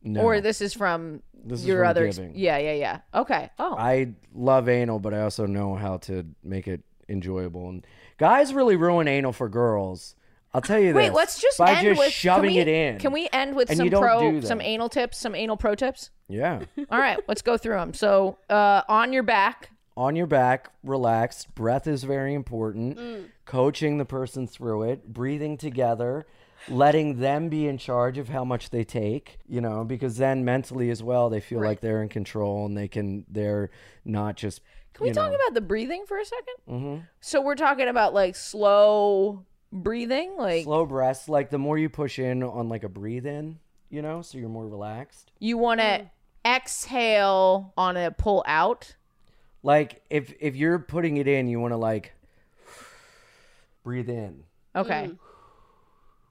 [SPEAKER 3] No,
[SPEAKER 5] or this is from
[SPEAKER 3] This is
[SPEAKER 5] your
[SPEAKER 3] from
[SPEAKER 5] other? ex-
[SPEAKER 3] giving.
[SPEAKER 5] yeah, yeah, yeah. Okay. Oh,
[SPEAKER 3] I love anal, but I also know how to make it enjoyable. And guys really ruin anal for girls. I'll tell you this.
[SPEAKER 5] wait. Let's just
[SPEAKER 3] by
[SPEAKER 5] end
[SPEAKER 3] just
[SPEAKER 5] with
[SPEAKER 3] shoving
[SPEAKER 5] can we,
[SPEAKER 3] it in.
[SPEAKER 5] Can we end with
[SPEAKER 3] And
[SPEAKER 5] some
[SPEAKER 3] you don't
[SPEAKER 5] pro,
[SPEAKER 3] do that.
[SPEAKER 5] some anal tips, some anal pro tips?
[SPEAKER 3] Yeah.
[SPEAKER 5] All right, let's go through them. So, uh, on your back.
[SPEAKER 3] on your back, relaxed. Breath is very important. Coaching the person through it, breathing together, letting them be in charge of how much they take, you know, because then mentally as well, they feel like they're in control and they can, they're not just.
[SPEAKER 5] Can we
[SPEAKER 3] you
[SPEAKER 5] talk
[SPEAKER 3] know- Mm-hmm.
[SPEAKER 5] about the breathing for a 2nd So we're talking about like slow breathing, like
[SPEAKER 3] slow breaths? Like the more you push in on like a breathe in, you know, so you're more relaxed.
[SPEAKER 5] you want to exhale on a pull out.
[SPEAKER 3] Like if if you're putting it in, you want to like breathe in,
[SPEAKER 5] Okay.
[SPEAKER 3] Mm-hmm.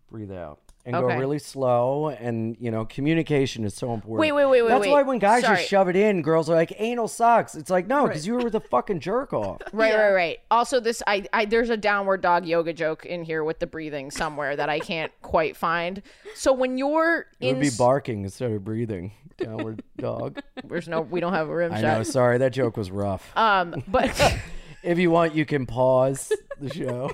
[SPEAKER 3] breathe out, and
[SPEAKER 5] Okay.
[SPEAKER 3] go really slow. And you know, communication is so important.
[SPEAKER 5] Wait, wait, wait, wait,
[SPEAKER 3] That's why
[SPEAKER 5] wait.
[SPEAKER 3] when guys
[SPEAKER 5] Sorry.
[SPEAKER 3] just shove it in, girls are like, "Anal sucks." It's like no, because you were with a fucking jerk off.
[SPEAKER 5] Right, right, right. Also, this I, I there's a downward dog yoga joke in here with the breathing somewhere that I can't quite find. So when you're
[SPEAKER 3] It would
[SPEAKER 5] in,
[SPEAKER 3] be barking instead of breathing. Downward dog.
[SPEAKER 5] there's no we don't have a rim
[SPEAKER 3] I know.
[SPEAKER 5] shot.
[SPEAKER 3] Sorry, that joke was rough.
[SPEAKER 5] Um, but
[SPEAKER 3] if you want, you can pause the show.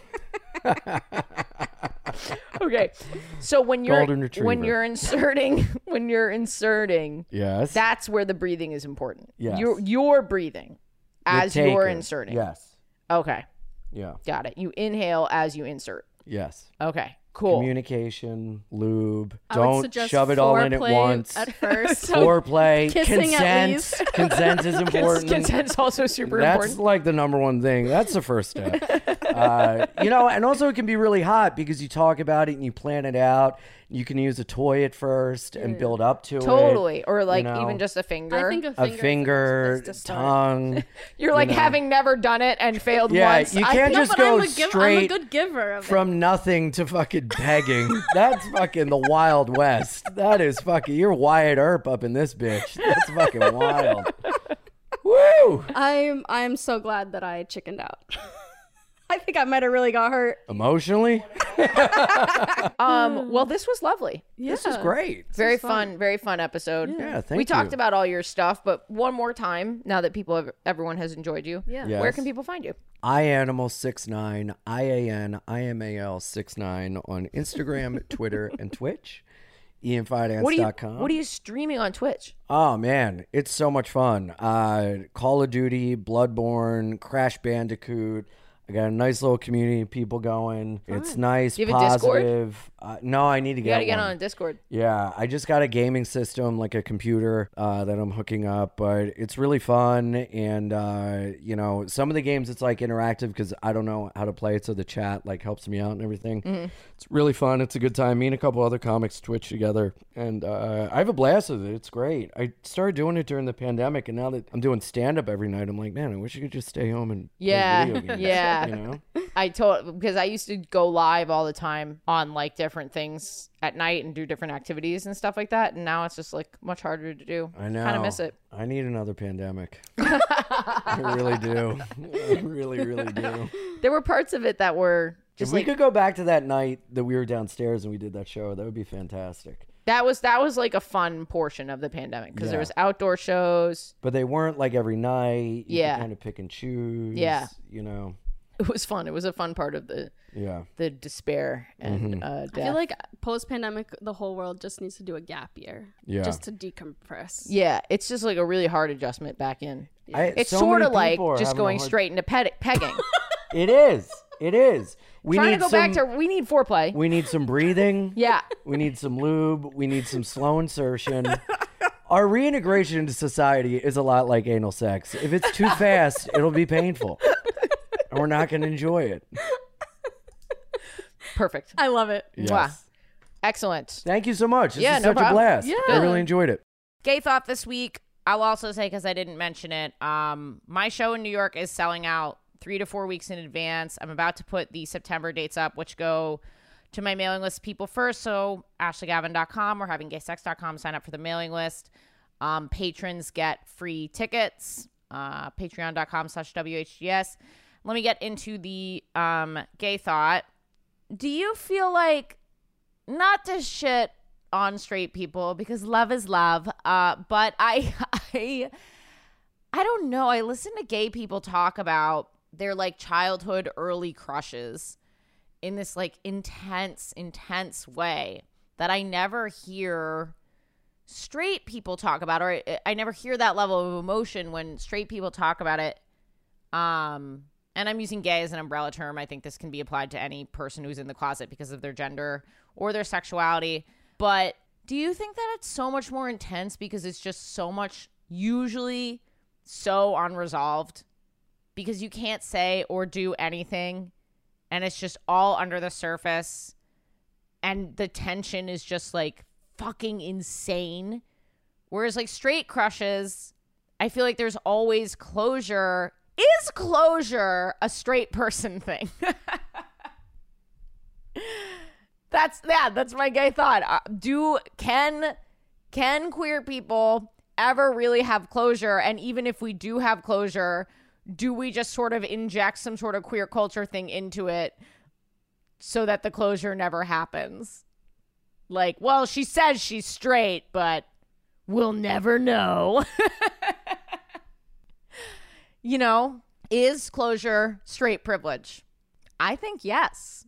[SPEAKER 5] okay. So when you're
[SPEAKER 3] Golden
[SPEAKER 5] when
[SPEAKER 3] retriever.
[SPEAKER 5] you're inserting when you're inserting
[SPEAKER 3] yes.
[SPEAKER 5] That's where the breathing is important.
[SPEAKER 3] Yes.
[SPEAKER 5] You're, you're breathing
[SPEAKER 3] The
[SPEAKER 5] as you're
[SPEAKER 3] taker.
[SPEAKER 5] inserting.
[SPEAKER 3] Yes.
[SPEAKER 5] Okay.
[SPEAKER 3] Yeah.
[SPEAKER 5] Got it. You inhale as you insert.
[SPEAKER 3] Yes.
[SPEAKER 5] Okay. Cool.
[SPEAKER 3] Communication, lube.
[SPEAKER 4] I would
[SPEAKER 3] Don't
[SPEAKER 4] suggest
[SPEAKER 3] shove it all in at
[SPEAKER 4] foreplay
[SPEAKER 3] once.
[SPEAKER 4] At first,
[SPEAKER 3] Foreplay,
[SPEAKER 4] Kissing at
[SPEAKER 3] consent.
[SPEAKER 4] least.
[SPEAKER 3] Consent is important.
[SPEAKER 5] Consent's also super
[SPEAKER 3] That's
[SPEAKER 5] important.
[SPEAKER 3] like the number one thing. That's the first step. uh, you know, and also it can be really hot because you talk about it and you plan it out. You can use a toy at first and build up to it.
[SPEAKER 5] Mm. Totally. Or like
[SPEAKER 3] know.
[SPEAKER 5] even just a finger.
[SPEAKER 4] I think a
[SPEAKER 3] A
[SPEAKER 4] finger.
[SPEAKER 3] finger, tongue.
[SPEAKER 5] You're like having never done it and failed
[SPEAKER 3] Yeah,
[SPEAKER 5] once.
[SPEAKER 3] you
[SPEAKER 5] I
[SPEAKER 3] can't
[SPEAKER 5] think-
[SPEAKER 4] no,
[SPEAKER 3] just
[SPEAKER 4] but
[SPEAKER 3] go
[SPEAKER 4] I'm a, giv- I'm a
[SPEAKER 3] straight
[SPEAKER 4] good giver of it.
[SPEAKER 3] From nothing to fucking begging. That's fucking the Wild West. That is fucking. You're Wyatt Earp up in this bitch. That's fucking wild. Woo!
[SPEAKER 4] I'm I'm so glad that I chickened out. I think I might have really got hurt.
[SPEAKER 3] Emotionally,
[SPEAKER 5] um, well, this was lovely.
[SPEAKER 4] Yeah.
[SPEAKER 3] this is great.
[SPEAKER 5] Very fun. very fun episode.
[SPEAKER 3] Yeah, thank
[SPEAKER 5] we talked
[SPEAKER 3] you.
[SPEAKER 5] about all your stuff, but one more time, now that people have, everyone has enjoyed you. Yeah. Where
[SPEAKER 3] Yes.
[SPEAKER 5] can people find you?
[SPEAKER 3] I animal six nine I A N I M A L six nine on Instagram, Twitter, and Twitch.
[SPEAKER 5] What are you
[SPEAKER 3] IanFinance.com.
[SPEAKER 5] what are you streaming on Twitch?
[SPEAKER 3] Oh man, it's so much fun. Uh, Call of Duty, Bloodborne, Crash Bandicoot. I got a nice little community of people going. It's nice,
[SPEAKER 5] Do you have a Discord?
[SPEAKER 3] positive. Uh, no, I need to
[SPEAKER 5] You
[SPEAKER 3] get
[SPEAKER 5] gotta get
[SPEAKER 3] one.
[SPEAKER 5] on Discord.
[SPEAKER 3] Yeah, I just got a gaming system, like a computer uh, that I'm hooking up, but it's really fun. And, uh, you know, some of the games it's like interactive because I don't know how to play it. So the chat like helps me out and everything.
[SPEAKER 5] Mm-hmm.
[SPEAKER 3] It's really fun. It's a good time. Me and a couple other comics twitch together. And uh, I have a blast with it. It's great. I started doing it during the pandemic. And now that I'm doing stand up every night, I'm like, man, I wish I could just stay home and play
[SPEAKER 5] Yeah,
[SPEAKER 3] video games.
[SPEAKER 5] yeah. Yeah.
[SPEAKER 3] You know?
[SPEAKER 5] I told because I used to go live all the time on like different things at night and do different activities and stuff like that. And now it's just like much harder to do.
[SPEAKER 3] I know.
[SPEAKER 5] Kind of miss it.
[SPEAKER 3] I need another pandemic. I really do. I really, really do.
[SPEAKER 5] There were parts of it that were
[SPEAKER 3] If
[SPEAKER 5] just
[SPEAKER 3] we
[SPEAKER 5] like
[SPEAKER 3] could go back to that night that we were downstairs and we did that show, that would be fantastic.
[SPEAKER 5] that was that was like a fun portion of the pandemic because
[SPEAKER 3] Yeah.
[SPEAKER 5] there was outdoor shows.
[SPEAKER 3] But they weren't like every night. You
[SPEAKER 5] Yeah.
[SPEAKER 3] Kind of pick and choose.
[SPEAKER 5] Yeah.
[SPEAKER 3] You know.
[SPEAKER 5] It was fun. It was a fun part of the
[SPEAKER 3] Yeah.
[SPEAKER 5] the despair and
[SPEAKER 3] Mm-hmm.
[SPEAKER 5] uh, death.
[SPEAKER 4] I feel like post pandemic, the whole world just needs to do a gap year.
[SPEAKER 3] Yeah.
[SPEAKER 4] Just to decompress.
[SPEAKER 5] yeah, it's just like a really hard adjustment back in.
[SPEAKER 3] I,
[SPEAKER 5] It's
[SPEAKER 3] so
[SPEAKER 5] sort
[SPEAKER 3] many
[SPEAKER 5] of like
[SPEAKER 3] people are
[SPEAKER 5] just
[SPEAKER 3] having a
[SPEAKER 5] going
[SPEAKER 3] hard-
[SPEAKER 5] straight into ped- pegging.
[SPEAKER 3] It is. It is. We
[SPEAKER 5] Trying
[SPEAKER 3] need
[SPEAKER 5] to go
[SPEAKER 3] some,
[SPEAKER 5] back to we need foreplay.
[SPEAKER 3] We need some breathing.
[SPEAKER 5] yeah.
[SPEAKER 3] We need some lube. We need some slow insertion. Our reintegration into society is a lot like anal sex. If it's too fast, it'll be painful. And we're not going to enjoy it.
[SPEAKER 5] Perfect.
[SPEAKER 4] I love it.
[SPEAKER 5] Mwah. Excellent.
[SPEAKER 3] Thank you so much. This
[SPEAKER 5] Yeah,
[SPEAKER 3] is
[SPEAKER 5] no
[SPEAKER 3] such a
[SPEAKER 5] problem.
[SPEAKER 3] blast. I
[SPEAKER 4] Yeah.
[SPEAKER 3] really enjoyed it.
[SPEAKER 5] Gay thought this week. I'll also say because I didn't mention it. Um, my show in New York is selling out three to four weeks in advance. I'm about to put the September dates up, which go to my mailing list people first. So ashleygavin.com or havingaysex.com. Sign up for the mailing list. Um, patrons get free tickets. Uh, Patreon.com slash WHGS. Let me get into the um, gay thought. Do you feel like not to shit on straight people because love is love. Uh, but I, I, I don't know. I listen to gay people talk about their like childhood early crushes in this like intense, intense way that I never hear straight people talk about, or I, I never hear that level of emotion when straight people talk about it. Um, and I'm using gay as an umbrella term. I think this can be applied to any person who's in the closet because of their gender or their sexuality. But do you think that it's so much more intense because it's just so much, usually so unresolved? Because you can't say or do anything, and it's just all under the surface. And the tension is just like fucking insane. Whereas, like, straight crushes, I feel like there's always closure. Is closure a straight person thing? that's yeah, that's my gay thought. Uh, do can can queer people ever really have closure? And even if we do have closure, do we just sort of inject some sort of queer culture thing into it so that the closure never happens? Like, well, she says she's straight, but we'll never know. you know, is closure straight privilege? I think yes.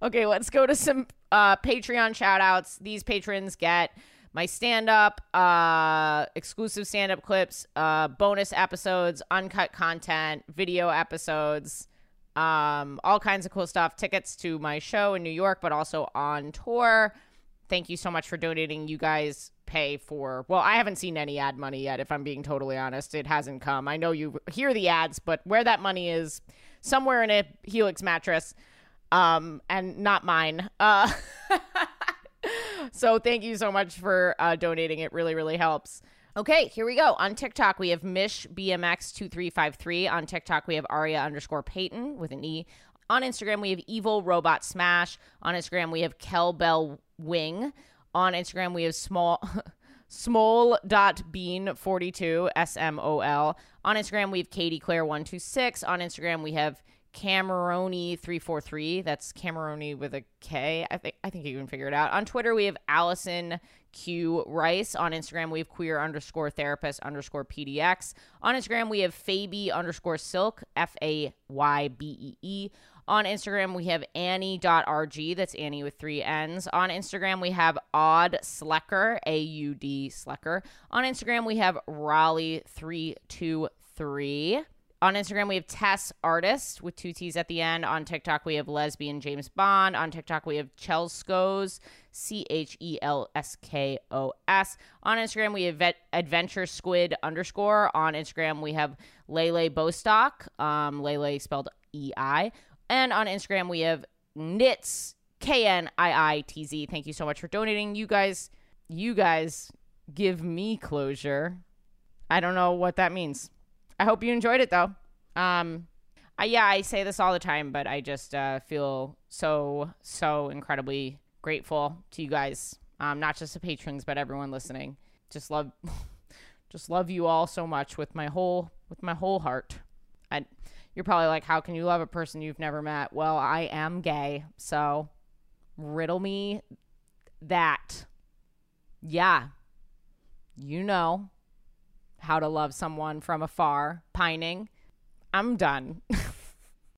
[SPEAKER 5] Okay, let's go to some uh, Patreon shout outs. These patrons get my stand up, uh, exclusive stand up clips, uh, bonus episodes, uncut content, video episodes, um, all kinds of cool stuff, tickets to my show in New York, but also on tour. Thank you so much for donating. You guys pay for, well, I haven't seen any ad money yet, if I'm being totally honest. It hasn't come. I know you hear the ads, but where that money is, somewhere in a Helix mattress um, and not mine. Uh, so thank you so much for uh, donating. It really, really helps. Okay, here we go. On TikTok, we have Mish BMX2353. On TikTok, we have Aria underscore Peyton with an E. On Instagram, we have Evil Robot Smash. On Instagram, we have Kelbell Wing. On Instagram, we have Small. Smol.bean42, S M O L. On Instagram, we have Katie Claire126. On Instagram, we have Cameroni343. That's Cameroni with a K. I think I think you can figure it out. On Twitter, we have Allison Q Rice. On Instagram, we have queer underscore therapist underscore PDX. On Instagram, we have Fabi underscore silk, F A Y B E E. On Instagram, we have Annie.rg. That's Annie with three N's. On Instagram, we have Odd Slecker, A U D Slecker. On Instagram, we have Raleigh323. On Instagram, we have Tess Artist with two T's at the end. On TikTok, we have Lesbian James Bond. On TikTok, we have Chelskos, C H E L S K O S. On Instagram, we have Vet- Adventure Squid underscore. On Instagram, we have Lele Bostock, um, Lele spelled E I. And on Instagram, we have Knits, K N I I T Z. Thank you so much for donating. You guys, you guys give me closure. I don't know what that means. I hope you enjoyed it though. Um, I, yeah, I say this all the time, but I just uh, feel so, so incredibly grateful to you guys. Um, not just the patrons, but everyone listening. Just love, just love you all so much with my whole, with my whole heart. I, you're probably like, how can you love a person you've never met? Well, I am gay, so riddle me that. Yeah, you know how to love someone from afar, pining. I'm done.